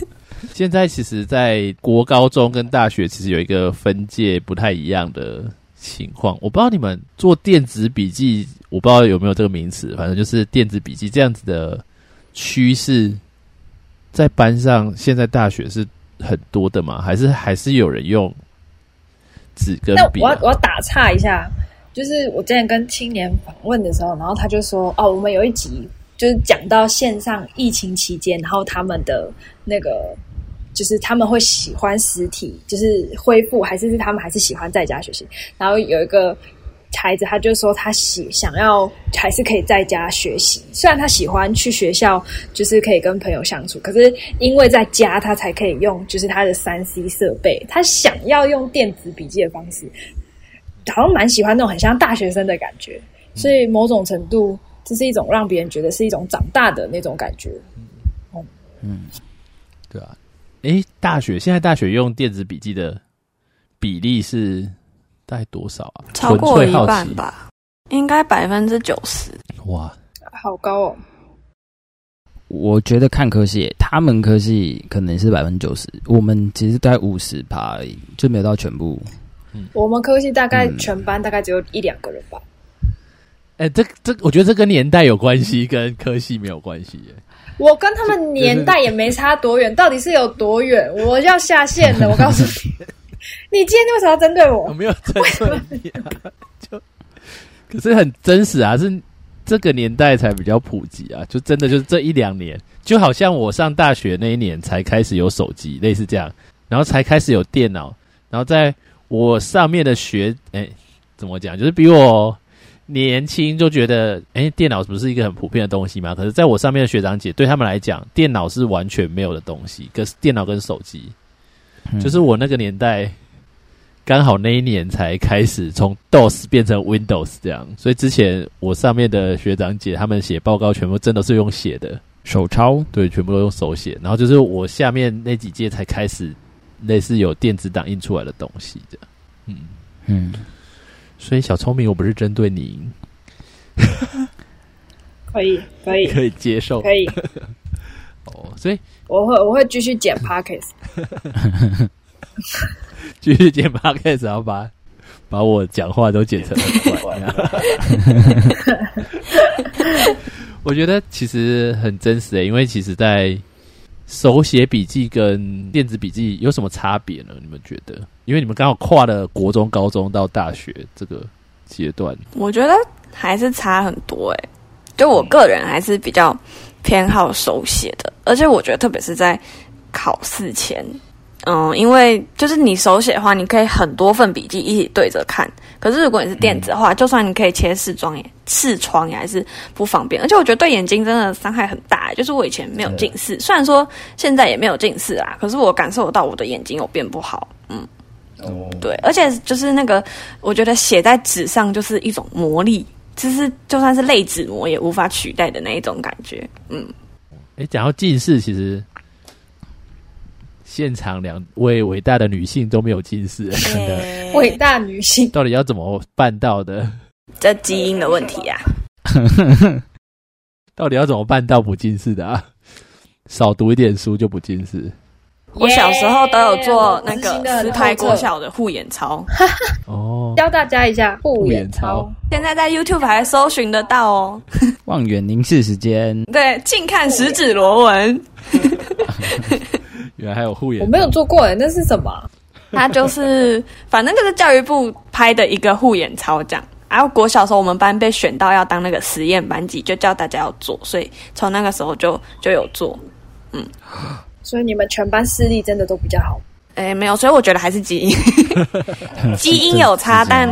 Speaker 2: 现在其实，在国高中跟大学其实有一个分界不太一样的情况。我不知道你们做电子笔记，我不知道有没有这个名词，反正就是电子笔记这样子的趋势，在班上现在大学是很多的嘛？还是还是有人用纸跟
Speaker 1: 但
Speaker 2: 笔
Speaker 1: 我
Speaker 2: 啊、
Speaker 1: 要我要打岔一下，就是我之前跟青年访问的时候，然后他就说，哦，我们有一集就是讲到线上疫情期间，然后他们的那个就是他们会喜欢实体，就是恢复，还是他们还是喜欢在家学习。然后有一个孩子，他就说他喜想要还是可以在家学习，虽然他喜欢去学校，就是可以跟朋友相处，可是因为在家他才可以用，就是他的三 C 设备，他想要用电子笔记的方式，好像蛮喜欢那种很像大学生的感觉，所以某种程度这是一种让别人觉得是一种长大的那种感觉。
Speaker 2: 对啊，诶，大学现在大学用电子笔记的比例是大概多少啊？
Speaker 5: 超过
Speaker 2: 纯
Speaker 5: 一
Speaker 2: 粹好
Speaker 5: 半
Speaker 2: 奇。
Speaker 5: 吧，应该百分之九十。
Speaker 2: 哇，
Speaker 1: 好高哦！
Speaker 4: 我觉得看科系，他们科系可能是百分之九十，我们其实大概五十趴而已，就没有到全部。
Speaker 1: 我们科系大概
Speaker 4: 嗯
Speaker 1: 全班大概只有一两个人吧，
Speaker 2: 哎、这这，我觉得这跟年代有关系，跟科系没有关系耶。
Speaker 1: 我跟他们年代也没差多远，到底是有多远？我要下线了，我告诉你，你今天为什么要针对
Speaker 2: 我
Speaker 1: 我？
Speaker 2: 没有针对你啊， [LAUGHS] 就可是很真实啊，是这个年代才比较普及啊，就真的就是这一两年，就好像我上大学那一年才开始有手机，类似这样，然后才开始有电脑，然后在我上面的学，哎、怎么讲，就是比我。年轻就觉得，哎、电脑不是一个很普遍的东西嘛？可是，在我上面的学长姐对他们来讲，电脑是完全没有的东西，跟电脑跟手机，
Speaker 4: 嗯
Speaker 2: 就是我那个年代，刚好那一年才开始从 DOS 变成 Windows 这样，所以之前我上面的学长姐他们写报告全部真的是用写的，
Speaker 4: 手抄，
Speaker 2: 对，全部都用手写，然后就是我下面那几届才开始类似有电子档印出来的东西这样，嗯，
Speaker 4: 嗯，
Speaker 2: 所以小聪明我不是针对你，
Speaker 1: 可以，可
Speaker 2: [LAUGHS]
Speaker 1: 以，
Speaker 2: 可以接受
Speaker 1: 可以，
Speaker 2: 哦，所以
Speaker 1: 我会我会继续剪 pockets。
Speaker 2: 继续剪 podcast，然后把把我讲话都剪成很短。 [LAUGHS] 我觉得其实很真实诶、欸因为其实，在手写笔记跟电子笔记有什么差别呢？你们觉得？因为你们刚好跨了国中、高中到大学这个阶段，
Speaker 5: 我觉得还是差很多诶、就我个人还是比较偏好手写的，而且我觉得特别是在考试前，嗯，因为就是你手写的话，你可以很多份笔记一起对着看，可是如果你是电子的话，就算你可以切视窗也视窗也还是不方便，而且我觉得对眼睛真的伤害很大、欸就是我以前没有近视，虽然说现在也没有近视啊，可是我感受得到我的眼睛有变不好，嗯。对，而且就是那个，我觉得写在纸上就是一种魔力，就是就算是类纸模也无法取代的那一种感觉。嗯，
Speaker 2: 诶、讲到近视，其实现场两位伟大的女性都没有近视、真的，
Speaker 5: 哎
Speaker 1: 伟大女性，
Speaker 2: 到底要怎么办到的？
Speaker 5: 这基因的问题啊，
Speaker 2: 到底要怎么办到不近视的啊？少读一点书就不近视
Speaker 5: 我小时候都有做那
Speaker 1: 耶我执行得
Speaker 5: 个
Speaker 1: 很
Speaker 5: 私拍
Speaker 1: 透
Speaker 5: 国
Speaker 1: 彻
Speaker 5: 小的护眼操，
Speaker 2: 哦。
Speaker 1: 教大家一下护
Speaker 2: 护眼
Speaker 1: 眼
Speaker 2: 操
Speaker 1: 操。
Speaker 5: 现在在 YouTube 还搜寻得到哦。
Speaker 4: 望远凝视时间，
Speaker 5: 对，近看食指螺 [LAUGHS] 纹，
Speaker 2: 原来还有护眼
Speaker 1: 我没有做过哎，那是什么啊？
Speaker 5: 它就是反正就是教育部拍的一个护眼操这样。然后国小时候我们班被选到要当那个实验班级，就叫大家要做，所以从那个时候就就有做。
Speaker 1: 所以你们全班视力真的都比较好。
Speaker 5: 哎，没有，所以我觉得还是基因，基因有差，但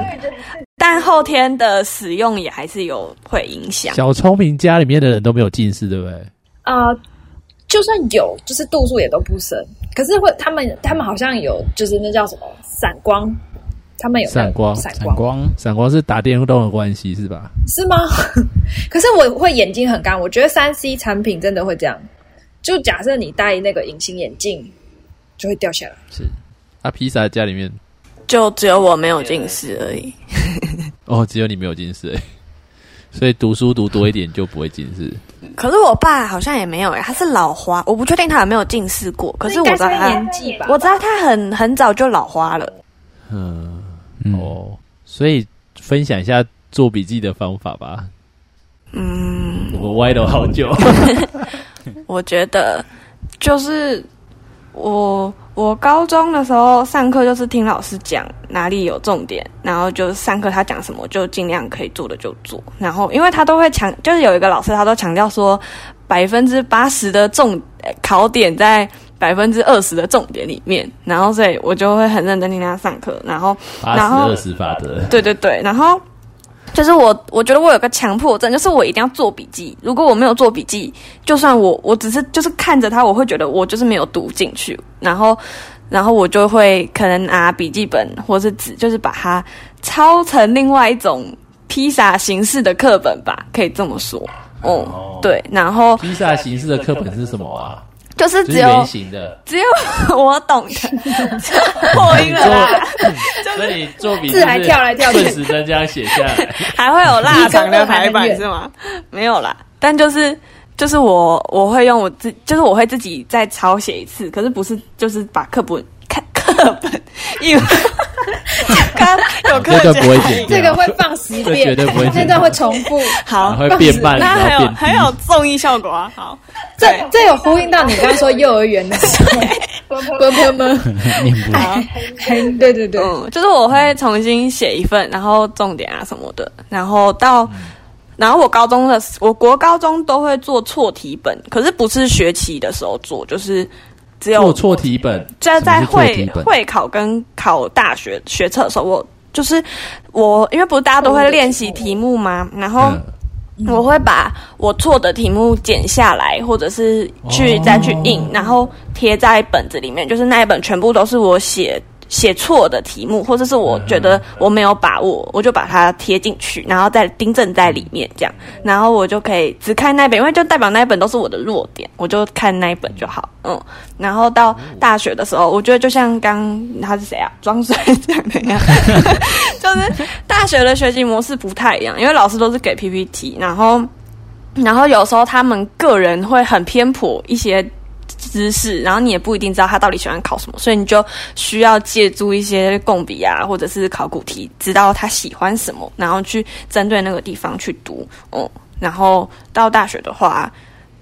Speaker 5: 但后天的使用也还是有会影响。
Speaker 2: 小聪明家里面的人都没有近视，对不对？
Speaker 1: 啊、就算有，就是度数也都不深。可是会，他们他们好像有，就是那叫什么散光，他们有那个
Speaker 2: 散光
Speaker 1: 闪
Speaker 4: 闪
Speaker 1: 光
Speaker 4: 光，
Speaker 2: 闪光是打电动的关系是吧？
Speaker 1: 是吗？ [LAUGHS] 可是我会眼睛很干，我觉得三 C 产品真的会这样。就假设你戴那个隐形眼镜，就会掉下来。
Speaker 2: 啊，披萨家里面
Speaker 5: 就只有我没有近视而已。
Speaker 2: 哦，只有你没有近视、欸， [LAUGHS] 所以读书读多一点就不会近视。
Speaker 5: 可是我爸好像也没有诶、他是老花，我不确定他有没有近视过。可是我
Speaker 1: 那应
Speaker 5: 知道
Speaker 1: 该是
Speaker 5: 他
Speaker 1: 年，纪吧。
Speaker 5: 我知道他很很早就老花了。
Speaker 2: 嗯，
Speaker 4: 嗯，
Speaker 2: 哦，所以分享一下做笔记的方法吧。
Speaker 5: 嗯， [LAUGHS]
Speaker 2: 我歪了好久，
Speaker 5: 我觉得就是我我高中的时候上课就是听老师讲哪里有重点，然后就上课他讲什么就尽量可以做的就做。然后因为他都会强，就是有一个老师他都强调说百分之八十的重呃考点在。百分之二十的重点里面，然后所以我就会很认真听他上课，然后
Speaker 2: 八
Speaker 5: 然后
Speaker 2: 十二十法则，
Speaker 5: 对对对，然后就是我，我觉得我有个强迫症，就是我一定要做笔记。如果我没有做笔记，就算我我只是就是看着它，我会觉得我就是没有读进去，然后然后我就会可能拿笔记本或是纸，就是把它抄成另外一种披萨形式的课本吧，可以这么说。嗯，对，然后
Speaker 2: 披萨形式的课本是什么啊？
Speaker 5: 就是
Speaker 2: 就是
Speaker 5: 只有
Speaker 2: 圆形的，
Speaker 5: 只有我懂的， [LAUGHS] 破音了啦，
Speaker 1: [LAUGHS]
Speaker 2: 所以做笔记
Speaker 1: 字还跳来跳去
Speaker 2: 顺时针这样写
Speaker 1: [LAUGHS]
Speaker 2: 下来。
Speaker 5: 还会有 [LAUGHS] 腊肠的排版是吗？没有啦，但就是就是我我会用我自，就是我会自己再抄写一次，可是不是就是把课本看课本，因为 [LAUGHS] 刚刚有课
Speaker 2: 这段不会
Speaker 5: 讲
Speaker 2: 剪掉
Speaker 1: 这个会放十
Speaker 2: 这
Speaker 1: 遍，
Speaker 2: 绝对不会
Speaker 1: 那
Speaker 2: 剪
Speaker 1: 段会重
Speaker 5: [LAUGHS]
Speaker 1: 复。
Speaker 2: 然
Speaker 5: 好
Speaker 2: 后，会变慢，
Speaker 5: 那
Speaker 2: 然
Speaker 5: 还
Speaker 2: 后
Speaker 5: 有
Speaker 2: 变低
Speaker 5: 还有综艺效果啊，好，
Speaker 1: 这
Speaker 5: 对
Speaker 1: 这有呼应到你刚刚说幼儿园的时 [LAUGHS] 候，啵啵啵，
Speaker 4: 念不完
Speaker 5: 好。
Speaker 1: [LAUGHS] 对对对，
Speaker 5: 嗯，就是我会重新写一份，然后重点啊什么的，然后到，
Speaker 2: 嗯
Speaker 5: 然后我高中的我国高中都会做错题本，可是不是学期的时候做，就是只
Speaker 2: 做
Speaker 5: 有
Speaker 2: 错题本，
Speaker 5: 在在
Speaker 4: 什么是错
Speaker 5: 会
Speaker 4: 题本
Speaker 5: 会考跟考大学学测的时候，我就是我，因为不是大家都会练习题目吗？然后
Speaker 1: 哦
Speaker 2: 嗯，
Speaker 5: 我会把我错的题目剪下来，或者是去再去印，然后贴在本子里面，就是那一本全部都是我写。写错的题目，或者是我觉得我没有把握，我就把它贴进去，然后再订正在里面，这样，然后我就可以只看那本，因为就代表那一本都是我的弱点，我就看那一本就好，嗯。然后到大学的时候，我觉得就像刚他是谁啊，庄水讲的一样， [LAUGHS] 就是大学的学习模式不太一样，因为老师都是给 PPT，然后然后有时候他们个人会很偏颇一些知识，然后你也不一定知道他到底喜欢考什么，所以你就需要借助一些共笔啊，或者是考古题，知道他喜欢什么，然后去针对那个地方去读。嗯，然后到大学的话，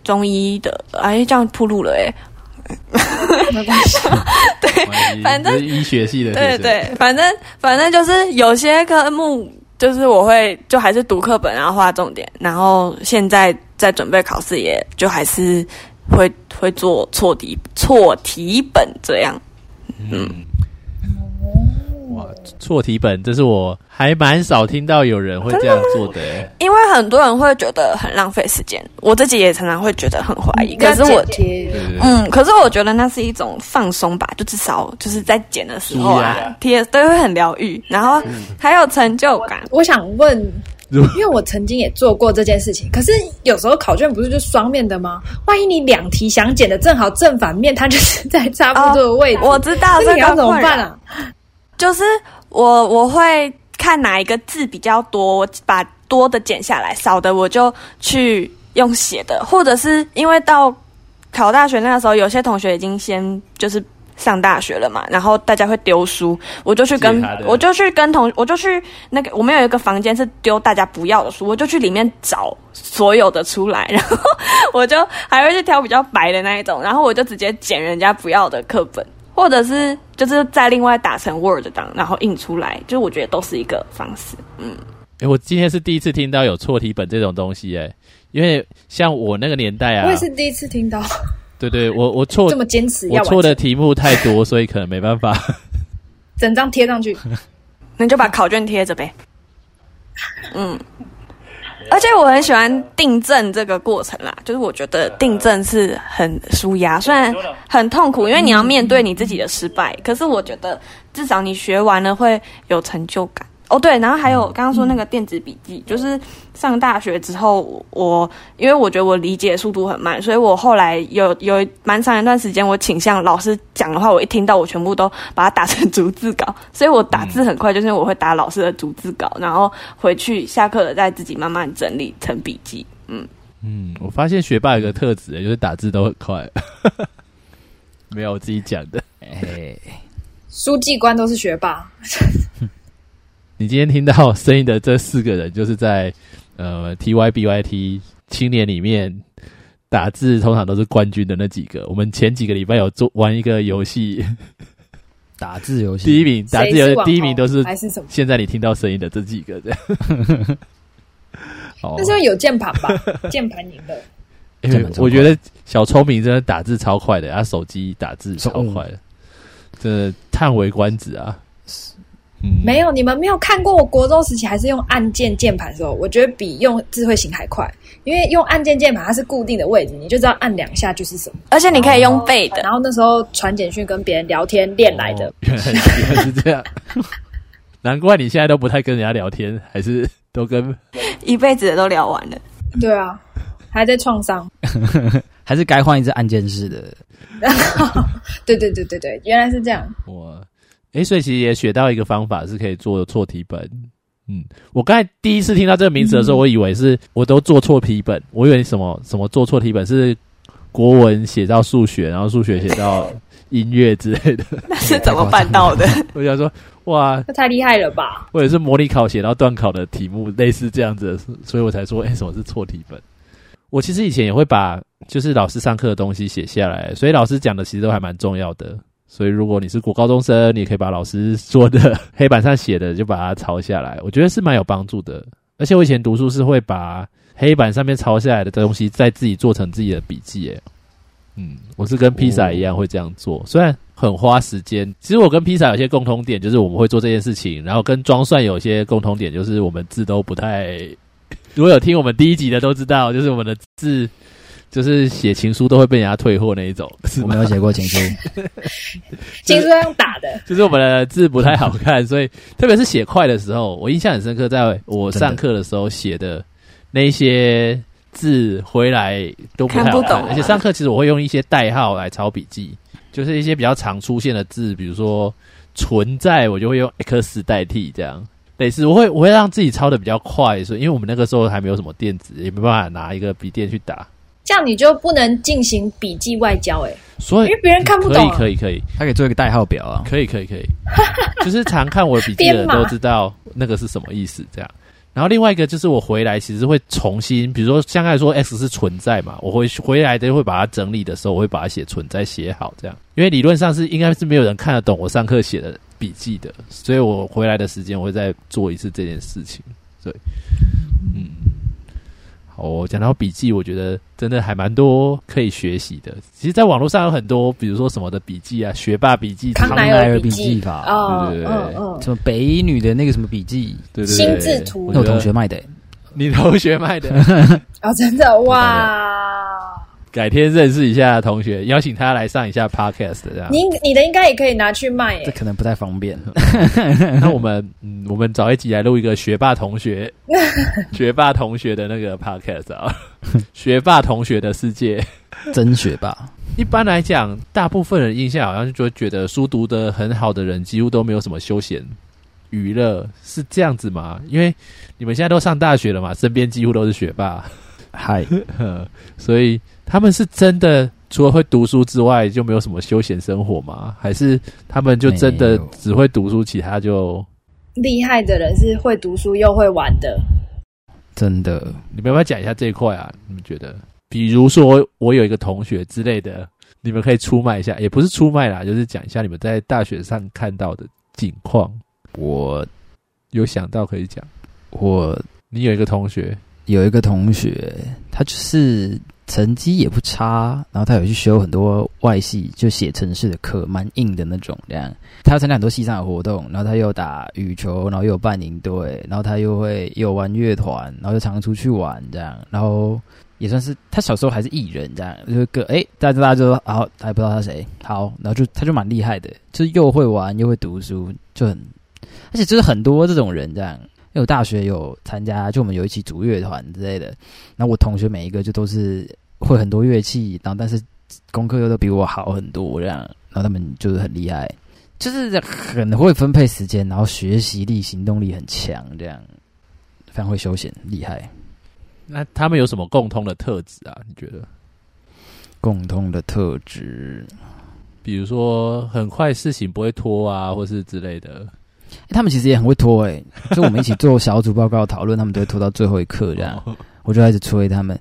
Speaker 5: 中医的，哎，这样铺路了哎、
Speaker 1: 没关系。
Speaker 2: 关系
Speaker 5: 反正
Speaker 2: 这是医学系的学
Speaker 5: [LAUGHS] 对
Speaker 2: 生，
Speaker 5: 对，反正反正就是有些科目，就是我会就还是读课本，然后画重点，然后现在在准备考试，也就还是会会做错题错题本这样。
Speaker 2: 嗯，哇，错题本，这是我还蛮少听到有人会这样做的、欸。
Speaker 5: 因为很多人会觉得很浪费时间，我自己也常常会觉得很怀
Speaker 1: 嗯
Speaker 5: 疑。可是我，
Speaker 1: 贴
Speaker 2: 对对对，
Speaker 5: 嗯，可是我觉得那是一种放松吧，就至少就是在剪的时候
Speaker 2: 舒
Speaker 5: 啊嗯
Speaker 2: 压，
Speaker 5: 贴都会很疗愈，然后还有成就感。
Speaker 1: 我想问，
Speaker 2: 如
Speaker 1: 因为我曾经也做过这件事情，可是有时候考卷不是就双面的吗？万一你两题想剪的正好正反面，它就是在差不多的位置，
Speaker 5: 哦我知道这
Speaker 1: 那
Speaker 5: 个
Speaker 1: 你要怎么
Speaker 5: 困扰
Speaker 1: 办啊？
Speaker 5: 就是我我会看哪一个字比较多，我把多的剪下来，少的我就去用写的，或者是因为到考大学那时候，有些同学已经先就是。上大学了嘛，然后大家会丢书，我就去跟
Speaker 2: 借他的
Speaker 5: 我就去跟同我就去那个我们有一个房间是丢大家不要的书，我就去里面找所有的出来，然后我就还会去挑比较白的那一种，然后我就直接剪人家不要的课本，或者是就是再另外打成 Word 档，然后印出来，就是我觉得都是一个方式。嗯，
Speaker 2: 哎、我今天是第一次听到有错题本这种东西、欸，因为像我那个年代啊
Speaker 1: 我也，是第一次听到
Speaker 2: 对对，我我错
Speaker 1: 这么坚持
Speaker 2: 我
Speaker 1: 要
Speaker 2: 错
Speaker 1: 完
Speaker 2: 的
Speaker 1: 成
Speaker 2: 题目太多，所以可能没办法。
Speaker 1: 整张贴上去，
Speaker 5: 那就把考卷贴着呗。嗯，而且我很喜欢订正这个过程啦，就是我觉得订正是很舒压，虽然很痛苦，因为你要面对你自己的失败，可是我觉得至少你学完了会有成就感。哦，对，然后还有刚刚说那个电子笔记，就是上大学之后，我因为我觉得我理解速度很慢，所以我后来有有蛮长一段时间，我倾向老师讲的话，我一听到我全部都把它打成逐字稿，所以我打字很快，就是因为我会打老师的逐字稿，然后回去下课了再自己慢慢整理成笔记。嗯，
Speaker 2: 嗯，我发现学霸有个特质、欸就是打字都很快。 [LAUGHS] 没有我自己讲的。
Speaker 4: 哎，
Speaker 1: 书记官都是学霸，
Speaker 2: 你今天听到声音的这四个人，就是在呃 T Y B Y T 青年里面打字通常都是冠军的那几个。我们前几个礼拜有做玩一个游
Speaker 1: [LAUGHS]
Speaker 2: 戏，
Speaker 4: 打字游戏
Speaker 2: 第一名打
Speaker 1: 谁
Speaker 2: 字
Speaker 1: 是
Speaker 2: 游戏
Speaker 1: 网
Speaker 2: 啊第一名
Speaker 1: 红
Speaker 2: 都是
Speaker 1: 还是什么？
Speaker 2: 现在你听到声音的这几个这样。哦
Speaker 4: [LAUGHS]
Speaker 1: 那是因为有键
Speaker 2: [LAUGHS]
Speaker 1: 盘吧？键盘赢的，
Speaker 2: 因
Speaker 4: 键
Speaker 2: 为
Speaker 4: 盘超
Speaker 2: [LAUGHS] 我觉得小聪明真的打字超快的，他啊手机打字超快的，真的叹为观止啊！嗯
Speaker 1: 没有，你们没有看过我国中时期还是用按键键盘的时候，我觉得比用智慧型还快，因为用按键键盘它是固定的位置，你就知道按两下就是什么。
Speaker 5: 而且你可以用背的，
Speaker 1: 然后那时候传简讯跟别人聊天练来的
Speaker 2: [LAUGHS] 哦，原来原来是这样，难怪你现在都不太跟人家聊天，还是 [LAUGHS] 都跟
Speaker 5: 一辈子的都聊完了。
Speaker 1: 对啊，还在创伤。
Speaker 4: 还是该换一只按键式 [LAUGHS] 的。
Speaker 1: 对对对对对，原来是这样。
Speaker 2: 我，诶，所以其实也学到一个方法是可以做错题本。嗯，我刚才第一次听到这个名词的时候，我以为是我都做错题本，我以为什么什么做错题本是国文写到数学，然后数学写到音乐之类的。 [LAUGHS]
Speaker 5: 那是怎么办到的？
Speaker 2: 我想说，哇，
Speaker 1: 那太厉害了吧？
Speaker 2: 或者是模拟考写到断考的题目，类似这样子的事，所以我才说，哎、什么是错题本？我其实以前也会把就是老师上课的东西写下来，所以老师讲的其实都还蛮重要的。所以如果你是国高中生，你也可以把老师说的黑板上写的就把它抄下来，我觉得是蛮有帮助的。而且我以前读书是会把黑板上面抄下来的东西再自己做成自己的笔记，哎，嗯，我是跟披萨一样会这样做，虽然很花时间。其实我跟披萨有些共通点，就是我们会做这件事情，然后跟装蒜有些共通点，就是我们字都不太。如果有听我们第一集的都知道，就是我们的字，就是写情书都会被人家退货那一种，是
Speaker 4: 我
Speaker 2: 吗
Speaker 4: 没有写过情 [LAUGHS] 书，
Speaker 1: 情书要用打的，
Speaker 2: 就是我们的字不太好看，所以特别是写快的时候，我印象很深刻，在我上课的时候写的那些字回来都不太好
Speaker 5: 看不懂啊
Speaker 2: 而且上课其实我会用一些代号来抄笔记，就是一些比较常出现的字，比如说“存在”，我就会用 X 代替这样。类似，我会我会让自己抄的比较快，所以因为我们那个时候还没有什么电子，也没办法拿一个笔电去打，
Speaker 1: 这样你就不能进行笔记外交哎、
Speaker 2: 所以
Speaker 1: 因为别人看不懂啊
Speaker 2: 可以可以可以，
Speaker 4: 它可以做一个代号表啊。
Speaker 2: 可以可以可以， [LAUGHS] 就是常看我的笔记的人都知道那个是什么意思，这样。然后另外一个就是我回来其实会重新，比如说像刚才说 X 是存在嘛，我回回来的会把它整理的时候，我会把它写存在写好这样，因为理论上是应该是没有人看得懂我上课写的笔记的，所以我回来的时间我会再做一次这件事情。对，嗯，好、哦，讲到笔记，我觉得真的还蛮多可以学习的。其实，在网络上有很多，比如说什么的笔记啊，学霸笔记之类的、
Speaker 1: 康奈尔
Speaker 4: 笔
Speaker 1: 记
Speaker 4: 记法
Speaker 1: 哦，
Speaker 2: 对对对
Speaker 1: 嗯嗯，
Speaker 4: 什么北一女的那个什么笔记，
Speaker 2: 对对对
Speaker 1: 心智图
Speaker 2: 我
Speaker 4: 那
Speaker 2: 觉
Speaker 4: 我
Speaker 2: 得
Speaker 4: 同学卖的欸、
Speaker 2: 你同学卖的，
Speaker 1: 哦，真的哇！
Speaker 2: 改天认识一下同学，邀请他来上一下 podcast 这样。
Speaker 4: [LAUGHS]
Speaker 1: 你你的应该也可以拿去卖哎、
Speaker 4: [LAUGHS] 这可能不太方便。
Speaker 2: 那我们嗯，我们找一集来录一个学霸
Speaker 1: [LAUGHS]
Speaker 2: 同学，学霸同学的那个 podcast 啊， [LAUGHS] 学霸同学的世界。
Speaker 4: [LAUGHS] 真学吧，
Speaker 2: 一般来讲，大部分人印象好像就觉得书读得很好的人，几乎都没有什么休闲娱乐，是这样子吗？因为你们现在都上大学了嘛，身边几乎都是学霸。
Speaker 4: [LAUGHS] 嗨，
Speaker 2: 呵， [LAUGHS] 所以他们是真的除了会读书之外，就没有什么休闲生活吗？还是他们就真
Speaker 4: 没
Speaker 2: 的
Speaker 4: 有
Speaker 2: 只会读书，其他就
Speaker 1: 厉害的人是会读书又会玩的，
Speaker 4: 真的
Speaker 2: 你们要不要讲一下这一块啊？你们觉得，比如说我有一个同学之类的，你们可以出卖一下，也不是出卖啦，就是讲一下你们在大学上看到的景况，
Speaker 4: 我
Speaker 2: 有想到可以讲。
Speaker 4: 我
Speaker 2: 你有一个同学，
Speaker 4: 有一个同学，他就是成绩也不差，然后他有去修很多外系，就写城市的课，蛮硬的那种。这样，他参加很多系上的活动，然后他又打羽球，然后又有办营队，然后他又会又有玩乐团，然后就常出去玩这样，然后。也算是他小时候还是艺人这样，就是个哎、大家大家就说好，还不知道他谁好，然后就他就蛮厉害的，就是又会玩又会读书，就很，而且就是很多这种人这样，因为我大学有参加，就我们有一起组乐团之类的。那我同学每一个就都是会很多乐器，然后但是功课又都比我好很多这样，然后他们就是很厉害，就是很会分配时间，然后学习力、行动力很强，这样非常会休闲，厉害。
Speaker 2: 那他们有什么共通的特质啊？你觉得？
Speaker 4: 共通的特质，
Speaker 2: 比如说很快事情不会拖啊，或是之类的。
Speaker 4: 诶他们其实也很会拖诶、就我
Speaker 2: 哦 [LAUGHS]
Speaker 4: 们一起做小组报告讨论，他们都会拖到最后一刻这样。我就开始催他们，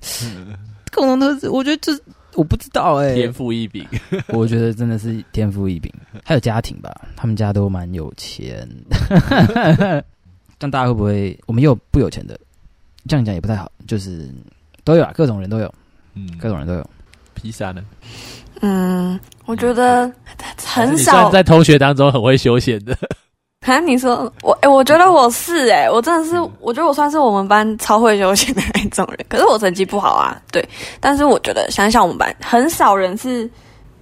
Speaker 4: 共同特质，我觉得就是我不知道哎、
Speaker 2: 天赋异禀，
Speaker 4: [LAUGHS] 我觉得真的是天赋异 [LAUGHS] 禀，还有家庭吧，他们家都蛮有 [LAUGHS] 钱。但大家会不会？我们也有不有钱的，这样讲也不太好，就是都有啊，各种人都有，
Speaker 2: 嗯，
Speaker 4: 各种人都有。
Speaker 2: 披萨呢？
Speaker 5: 嗯，我觉得很
Speaker 2: 你算
Speaker 5: 少。
Speaker 2: 在同学当中很会休闲的， [LAUGHS]
Speaker 5: 啊，你说我？哎、我觉得我是哎、我真的是，我觉得我算是我们班超会休闲的那种人。可是我成绩不好啊，对。但是我觉得想想我们班很少人是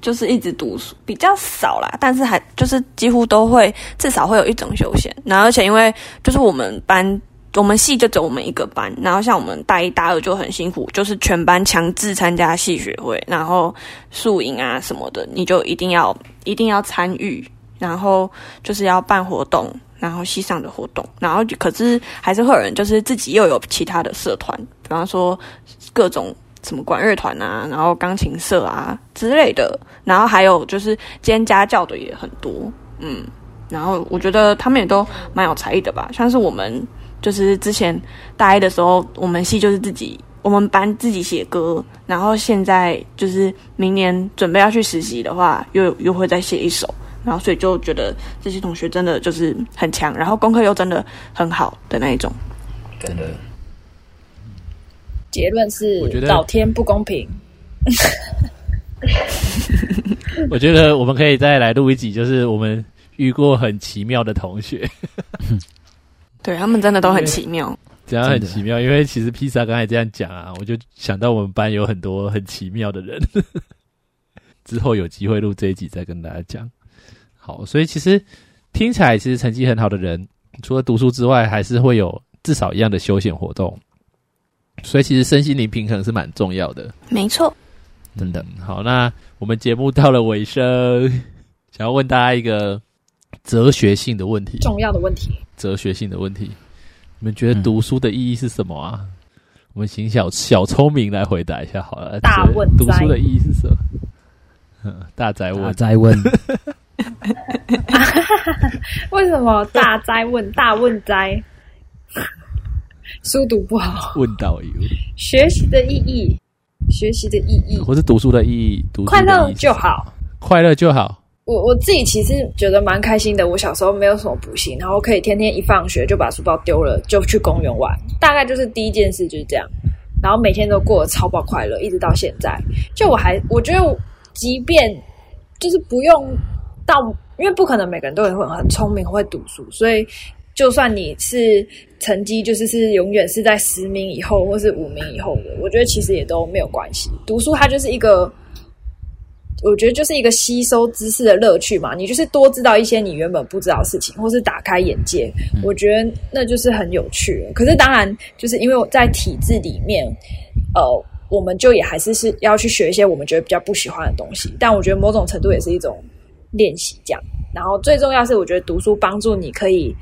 Speaker 5: 就是一直读书，比较少啦。但是还就是几乎都会至少会有一种休闲。然后而且因为就是我们班。我们系就只有我们一个班，然后像我们大一、大二就很辛苦，就是全班强制参加系学会，然后宿营啊什么的，你就一定要一定要参与，然后就是要办活动，然后系上的活动，然后可是还是会有人就是自己又有其他的社团，比方说各种什么管乐团啊，然后钢琴社啊之类的，然后还有就是兼家教的也很多，嗯，然后我觉得他们也都蛮有才艺的吧，像是我们就是之前大一的时候，我们系就是自己。我们班自己写歌，然后现在就是明年准备要去实习的话，又又会再写一首，然后所以就觉得这些同学真的就是很强，然后功课又真的很好的那一种。
Speaker 4: 真的，
Speaker 1: 结论是
Speaker 2: 我觉得
Speaker 1: 老天不公平。
Speaker 2: 我觉得我们可以再来录一集，就是我们遇过很奇妙的同学，
Speaker 5: 对他们真的都很奇妙，
Speaker 2: 怎样很
Speaker 4: 真的
Speaker 2: 奇妙？因为其实披萨刚才这样讲啊，我就想到我们班有很多很奇妙的人。 [LAUGHS] 之后有机会录这一集再跟大家讲。好，所以其实听起来，其实成绩很好的人，除了读书之外，还是会有至少一样的休闲活动。所以其实身心灵平衡是蛮重要的。
Speaker 5: 没错。
Speaker 4: 真的
Speaker 2: 嗯，好，那我们节目到了尾声， [LAUGHS] 想要问大家一个哲学性的问题。
Speaker 1: 重要的问题，
Speaker 2: 哲学性的问题。你们觉得
Speaker 4: 嗯
Speaker 2: 读书的意义是什么啊？我们请小小聪明来回答一下好了。
Speaker 1: 大问
Speaker 2: 读
Speaker 1: 哉
Speaker 2: 书的意义是什么？嗯， [LAUGHS] 大宅
Speaker 4: 我
Speaker 2: 问，
Speaker 4: 啊再问，
Speaker 1: 为什么大灾问大问灾？ [LAUGHS] 书读不好，
Speaker 2: 问到有，
Speaker 1: 学习的意义，学习的意义，
Speaker 2: 或是读书的意义，读书的
Speaker 1: 快
Speaker 2: 意义
Speaker 1: 乐
Speaker 2: 是
Speaker 1: 就
Speaker 2: 什么，
Speaker 1: 好。
Speaker 2: 快乐就好。
Speaker 1: 我我自己其实觉得蛮开心的。我小时候没有什么补习，然后可以天天一放学就把书包丢了，就去公园玩。大概就是第一件事就是这样，然后每天都过得超爆快乐，一直到现在。就我还我觉得，即便就是不用到，因为不可能每个人都会很聪明会读书，所以就算你是成绩就是是永远是在十名以后或是五名以后的，我觉得其实也都没有关系。读书它就是一个。我觉得就是一个吸收知识的乐趣嘛，你就是多知道一些你原本不知道的事情，或是打开眼界，我觉得那就是很有趣了。可是当然，就是因为我在体制里面，呃，我们就也还是是要去学一些我们觉得比较不喜欢的东西，但我觉得某种程度也是一种练习这样。然后最重要是，我觉得读书帮助你可以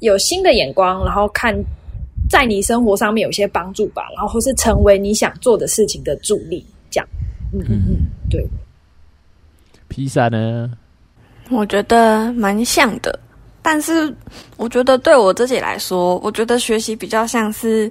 Speaker 1: 有新的眼光，然后看在你生活上面有些帮助吧，然后或是成为你想做的事情的助力，这样。嗯嗯嗯，对。
Speaker 2: 披萨呢？
Speaker 5: 我觉得蛮像的，但是我觉得对我自己来说，我觉得学习比较像是，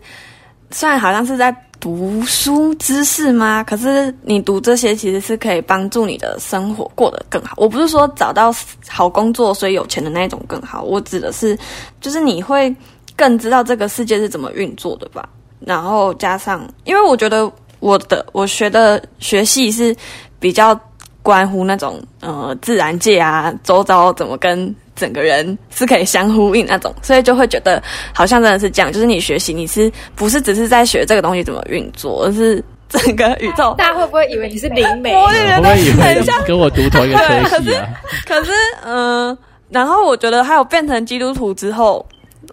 Speaker 5: 虽然好像是在读书知识吗？可是你读这些其实是可以帮助你的生活过得更好。我不是说找到好工作所以有钱的那一种更好，我指的是就是你会更知道这个世界是怎么运作的吧。然后加上，因为我觉得我的我学的学系是比较关乎那种呃自然界啊，周遭怎么跟整个人是可以相呼应那种，所以就会觉得好像真的是这样，就是你学习你是不是只是在学这个东西怎么运作，而是整个宇
Speaker 4: [LAUGHS]
Speaker 5: 宙。
Speaker 1: 大家会不会以为你是灵 [LAUGHS] 媒？
Speaker 5: 我
Speaker 2: 会
Speaker 5: 也觉
Speaker 2: 不
Speaker 5: 得
Speaker 2: 会以为
Speaker 5: 很
Speaker 2: 你
Speaker 5: 像
Speaker 2: 跟我读同一个科系啊？
Speaker 5: [LAUGHS] 可是，嗯、然后我觉得还有变成基督徒之后，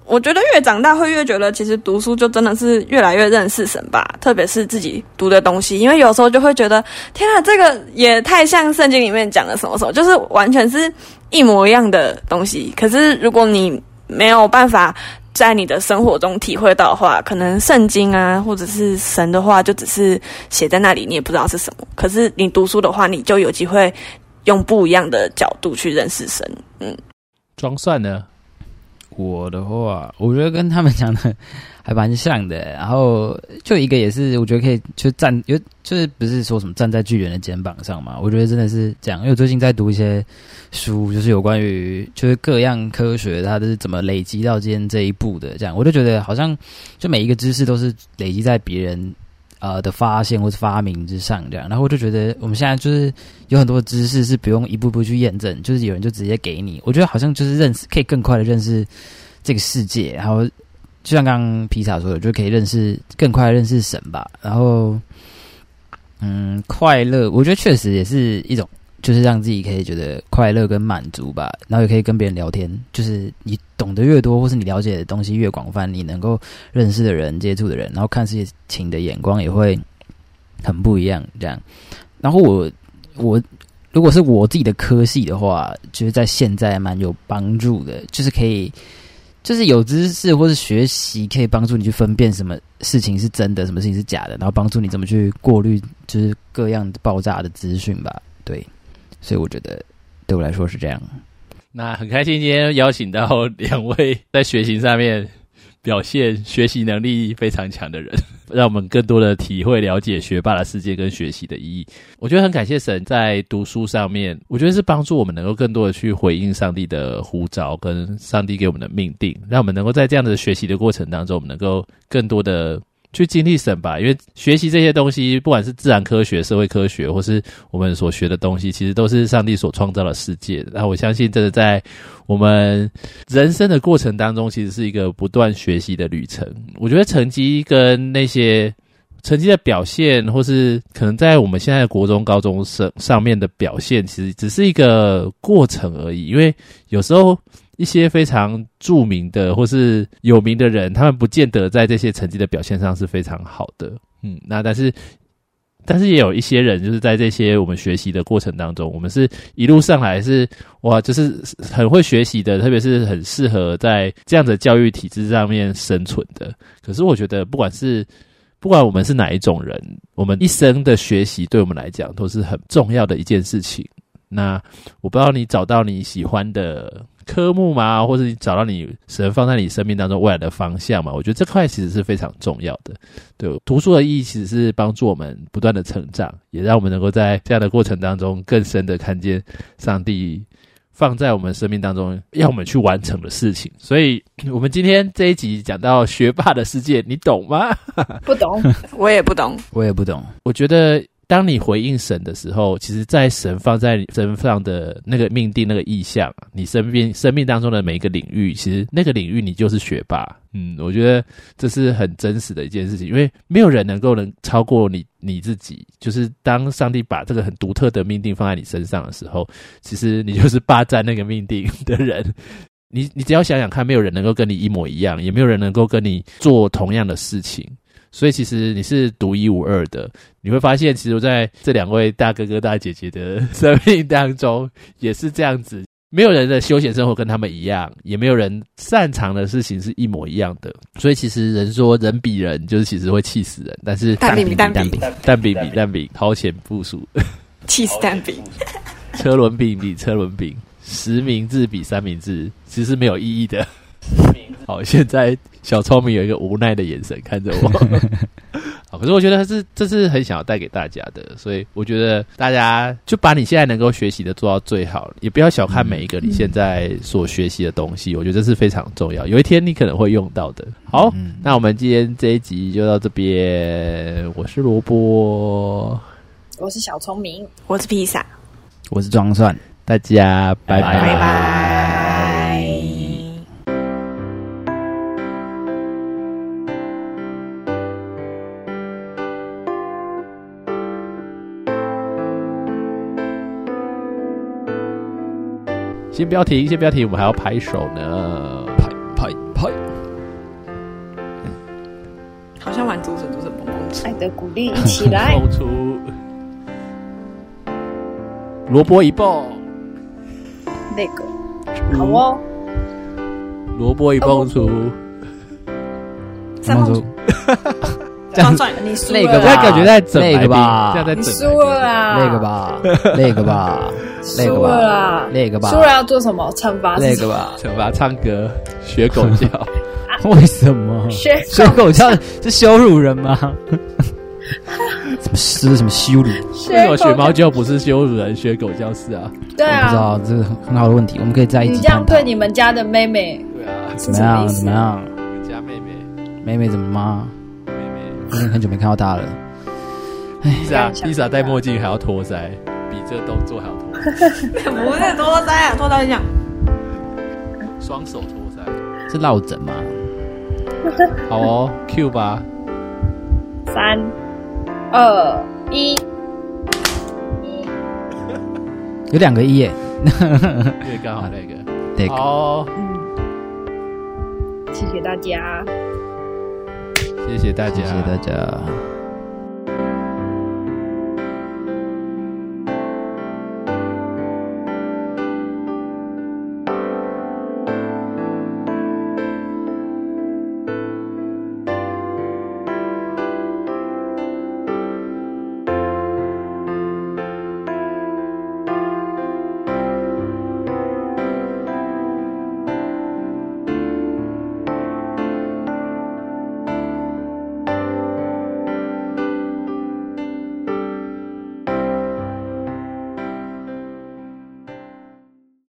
Speaker 5: 我觉得越长大会越觉得，其实读书就真的是越来越认识神吧，特别是自己读的东西，因为有时候就会觉得，天啊，这个也太像圣经里面讲的什么什么，就是完全是一模一样的东西。可是如果你没有办法。在你的生活中体会到的话，可能圣经啊，或者是神的话，就只是写在那里，你也不知道是什么。可是你读书的话，你就有机会用不一样的角度去认识神。嗯，
Speaker 2: 装蒜呢？
Speaker 4: 我的话，我觉得跟他们讲的还蛮像的。然后就一个也是，我觉得可以就站，有就是不是说什么站在巨人的肩膀上嘛？我觉得真的是这样，因为我最近在读一些书，就是有关于就是各样科学它都是怎么累积到今天这一步的。这样，我就觉得好像就每一个知识都是累积在别人呃的发现或是发明之上这样。然后我就觉得我们现在就是有很多知识是不用一步步去验证，就是有人就直接给你。我觉得好像就是认识可以更快的认识这个世界，然后就像刚刚皮萨说的，就可以认识更快地认识神吧。然后，嗯，快乐，我觉得确实也是一种，就是让自己可以觉得快乐跟满足吧。然后也可以跟别人聊天，就是你懂得越多，或是你了解的东西越广泛，你能够认识的人、接触的人，然后看事情的眼光也会很不一样。这样，然后我我如果是我自己的科系的话，就是在现在蛮有帮助的，就是可以，就是有知识或是学习可以帮助你去分辨什么事情是真的，什么事情是假的，然后帮助你怎么去过滤，就是各样的爆炸的资讯吧。对，所以我觉得对我来说是这样。
Speaker 2: 那很开心今天邀请到 [LAUGHS] 两位在学习上面表现学习能力非常强的人，让我们更多的体会了解学霸的世界跟学习的意义。我觉得很感谢神在读书上面，我觉得是帮助我们能够更多的去回应上帝的呼召跟上帝给我们的命定，让我们能够在这样的学习的过程当中，我们能够更多的。去经历神吧，因为学习这些东西，不管是自然科学、社会科学，或是我们所学的东西，其实都是上帝所创造的世界。那我相信，这个在我们人生的过程当中，其实是一个不断学习的旅程。我觉得成绩跟那些成绩的表现，或是可能在我们现在的国中、高中生上面的表现，其实只是一个过程而已。因为有时候一些非常著名的或是有名的人，他们不见得在这些成绩的表现上是非常好的。嗯，那但是。但是也有一些人，就是在这些我们学习的过程当中，我们是一路上来是哇，就是很会学习的，特别是很适合在这样的教育体制上面生存的。可是我觉得，不管是不管我们是哪一种人，我们一生的学习对我们来讲都是很重要的一件事情。那我不知道你找到你喜欢的科目吗？或者你找到你神放在你生命当中未来的方向吗？我觉得这块其实是非常重要的。对，读书的意义其实是帮助我们不断的成长，也让我们能够在这样的过程当中更深的看见上帝放在我们生命当中要我们去完成的事情。所以，我们今天这一集讲到学霸的世界，你懂吗？
Speaker 1: 不懂，
Speaker 5: 我也不懂，
Speaker 4: 我也不懂，
Speaker 2: 我觉得，当你回应神的时候，其实，在神放在你身上的那个命定、那个意向啊，你生命生命当中的每一个领域，其实那个领域你就是学霸。嗯，我觉得这是很真实的一件事情，因为没有人能够能超过你你自己。就是当上帝把这个很独特的命定放在你身上的时候，其实你就是霸占那个命定的人。你你只要想想看，没有人能够跟你一模一样，也没有人能够跟你做同样的事情。所以其实你是独一无二的。你会发现，其实，在这两位大哥哥、大姐姐的生命当中，也是这样子。没有人的休闲生活跟他们一样，也没有人擅长的事情是一模一样的。所以，其实人说人比人，就是其实会气死人。但是
Speaker 5: 蛋饼
Speaker 4: 比
Speaker 5: 蛋
Speaker 4: 蛋
Speaker 5: 饼，
Speaker 2: 蛋饼比蛋饼掏钱部署，
Speaker 5: 气死蛋饼，
Speaker 2: 车轮饼比车轮饼，实名制比三明治，其实没有意义的。好，现在小聪明有一个无奈的眼神看着我。好，可是我觉得这是这是很想要带给大家的，所以我觉得大家就把你现在能够学习的做到最好，也不要小看每一个你现在所学习的东西，我觉得这是非常重要，有一天你可能会用到的。好，
Speaker 4: 嗯
Speaker 2: 那我们今天这一集就到这边，我是萝卜，
Speaker 1: 我是小聪明。
Speaker 5: 我是披萨，
Speaker 4: 我是装蒜。
Speaker 2: 大家拜拜。
Speaker 5: 拜拜。
Speaker 2: 先不要停，先不要停，我们还要拍手呢。
Speaker 4: 拍拍。
Speaker 5: 好像玩竹笋，竹笋蹦蹦出。
Speaker 1: 爱的鼓励，一起
Speaker 4: [LAUGHS]
Speaker 1: 来。
Speaker 2: 露出萝卜一蹦，
Speaker 1: 那个，好哦，
Speaker 2: 萝卜一蹦出，
Speaker 4: 然后说这样子
Speaker 5: 装蒜，
Speaker 1: 你输
Speaker 4: 那
Speaker 1: 了
Speaker 4: 个
Speaker 2: 这样
Speaker 1: 啦，
Speaker 2: 感觉在整
Speaker 4: 那
Speaker 2: 白
Speaker 4: 个
Speaker 2: 饼，
Speaker 4: 吧
Speaker 2: 这样在
Speaker 1: 你
Speaker 2: 整
Speaker 1: [LAUGHS] 输了啦，
Speaker 4: 那个吧，那个吧，累
Speaker 1: 输了
Speaker 4: 了吧？
Speaker 1: 啦，
Speaker 4: 累了吧
Speaker 1: 输？了要做什么？惩罚
Speaker 4: 累
Speaker 1: 自己
Speaker 4: 了？吧？
Speaker 2: 惩罚唱歌学狗叫，
Speaker 4: 为什么？
Speaker 1: 学
Speaker 4: [LAUGHS] 学狗叫是羞辱人吗？ [LAUGHS] 什么是什么羞辱？
Speaker 2: 为什么
Speaker 1: 学
Speaker 2: 学猫
Speaker 1: 狗
Speaker 2: 叫不是羞辱人，学狗叫是啊？
Speaker 1: 对
Speaker 4: 我不
Speaker 1: 啊，
Speaker 4: 知道，这是很好的问题，我们可以在一
Speaker 1: 你
Speaker 4: 起
Speaker 1: 这样
Speaker 4: 探讨
Speaker 1: 对。你们家的妹妹
Speaker 2: 对啊，
Speaker 1: 是什
Speaker 4: 怎么
Speaker 1: 么
Speaker 4: 样？
Speaker 1: 意
Speaker 4: 怎
Speaker 1: 思
Speaker 4: 么？样？
Speaker 2: 我们家妹妹
Speaker 4: 妹妹怎么吗？
Speaker 2: 妹妹
Speaker 4: 我已经很久没看到她了。
Speaker 2: ，Lisa
Speaker 1: 想
Speaker 2: Lisa 戴墨镜还要托腮，比这动作
Speaker 5: [LAUGHS]
Speaker 2: 还要托腮，
Speaker 5: 不是多灾啊，多灾就这样。
Speaker 2: 双手托腮。
Speaker 4: 是落枕吗？
Speaker 2: 好哦，Q 吧，
Speaker 1: 三二一，
Speaker 4: 有两个一耶，
Speaker 2: 因为刚好那个。
Speaker 4: 对，
Speaker 2: 好哦，
Speaker 1: 嗯，谢谢大家。
Speaker 2: 谢谢大
Speaker 4: 谢
Speaker 2: 家，
Speaker 4: 谢大家。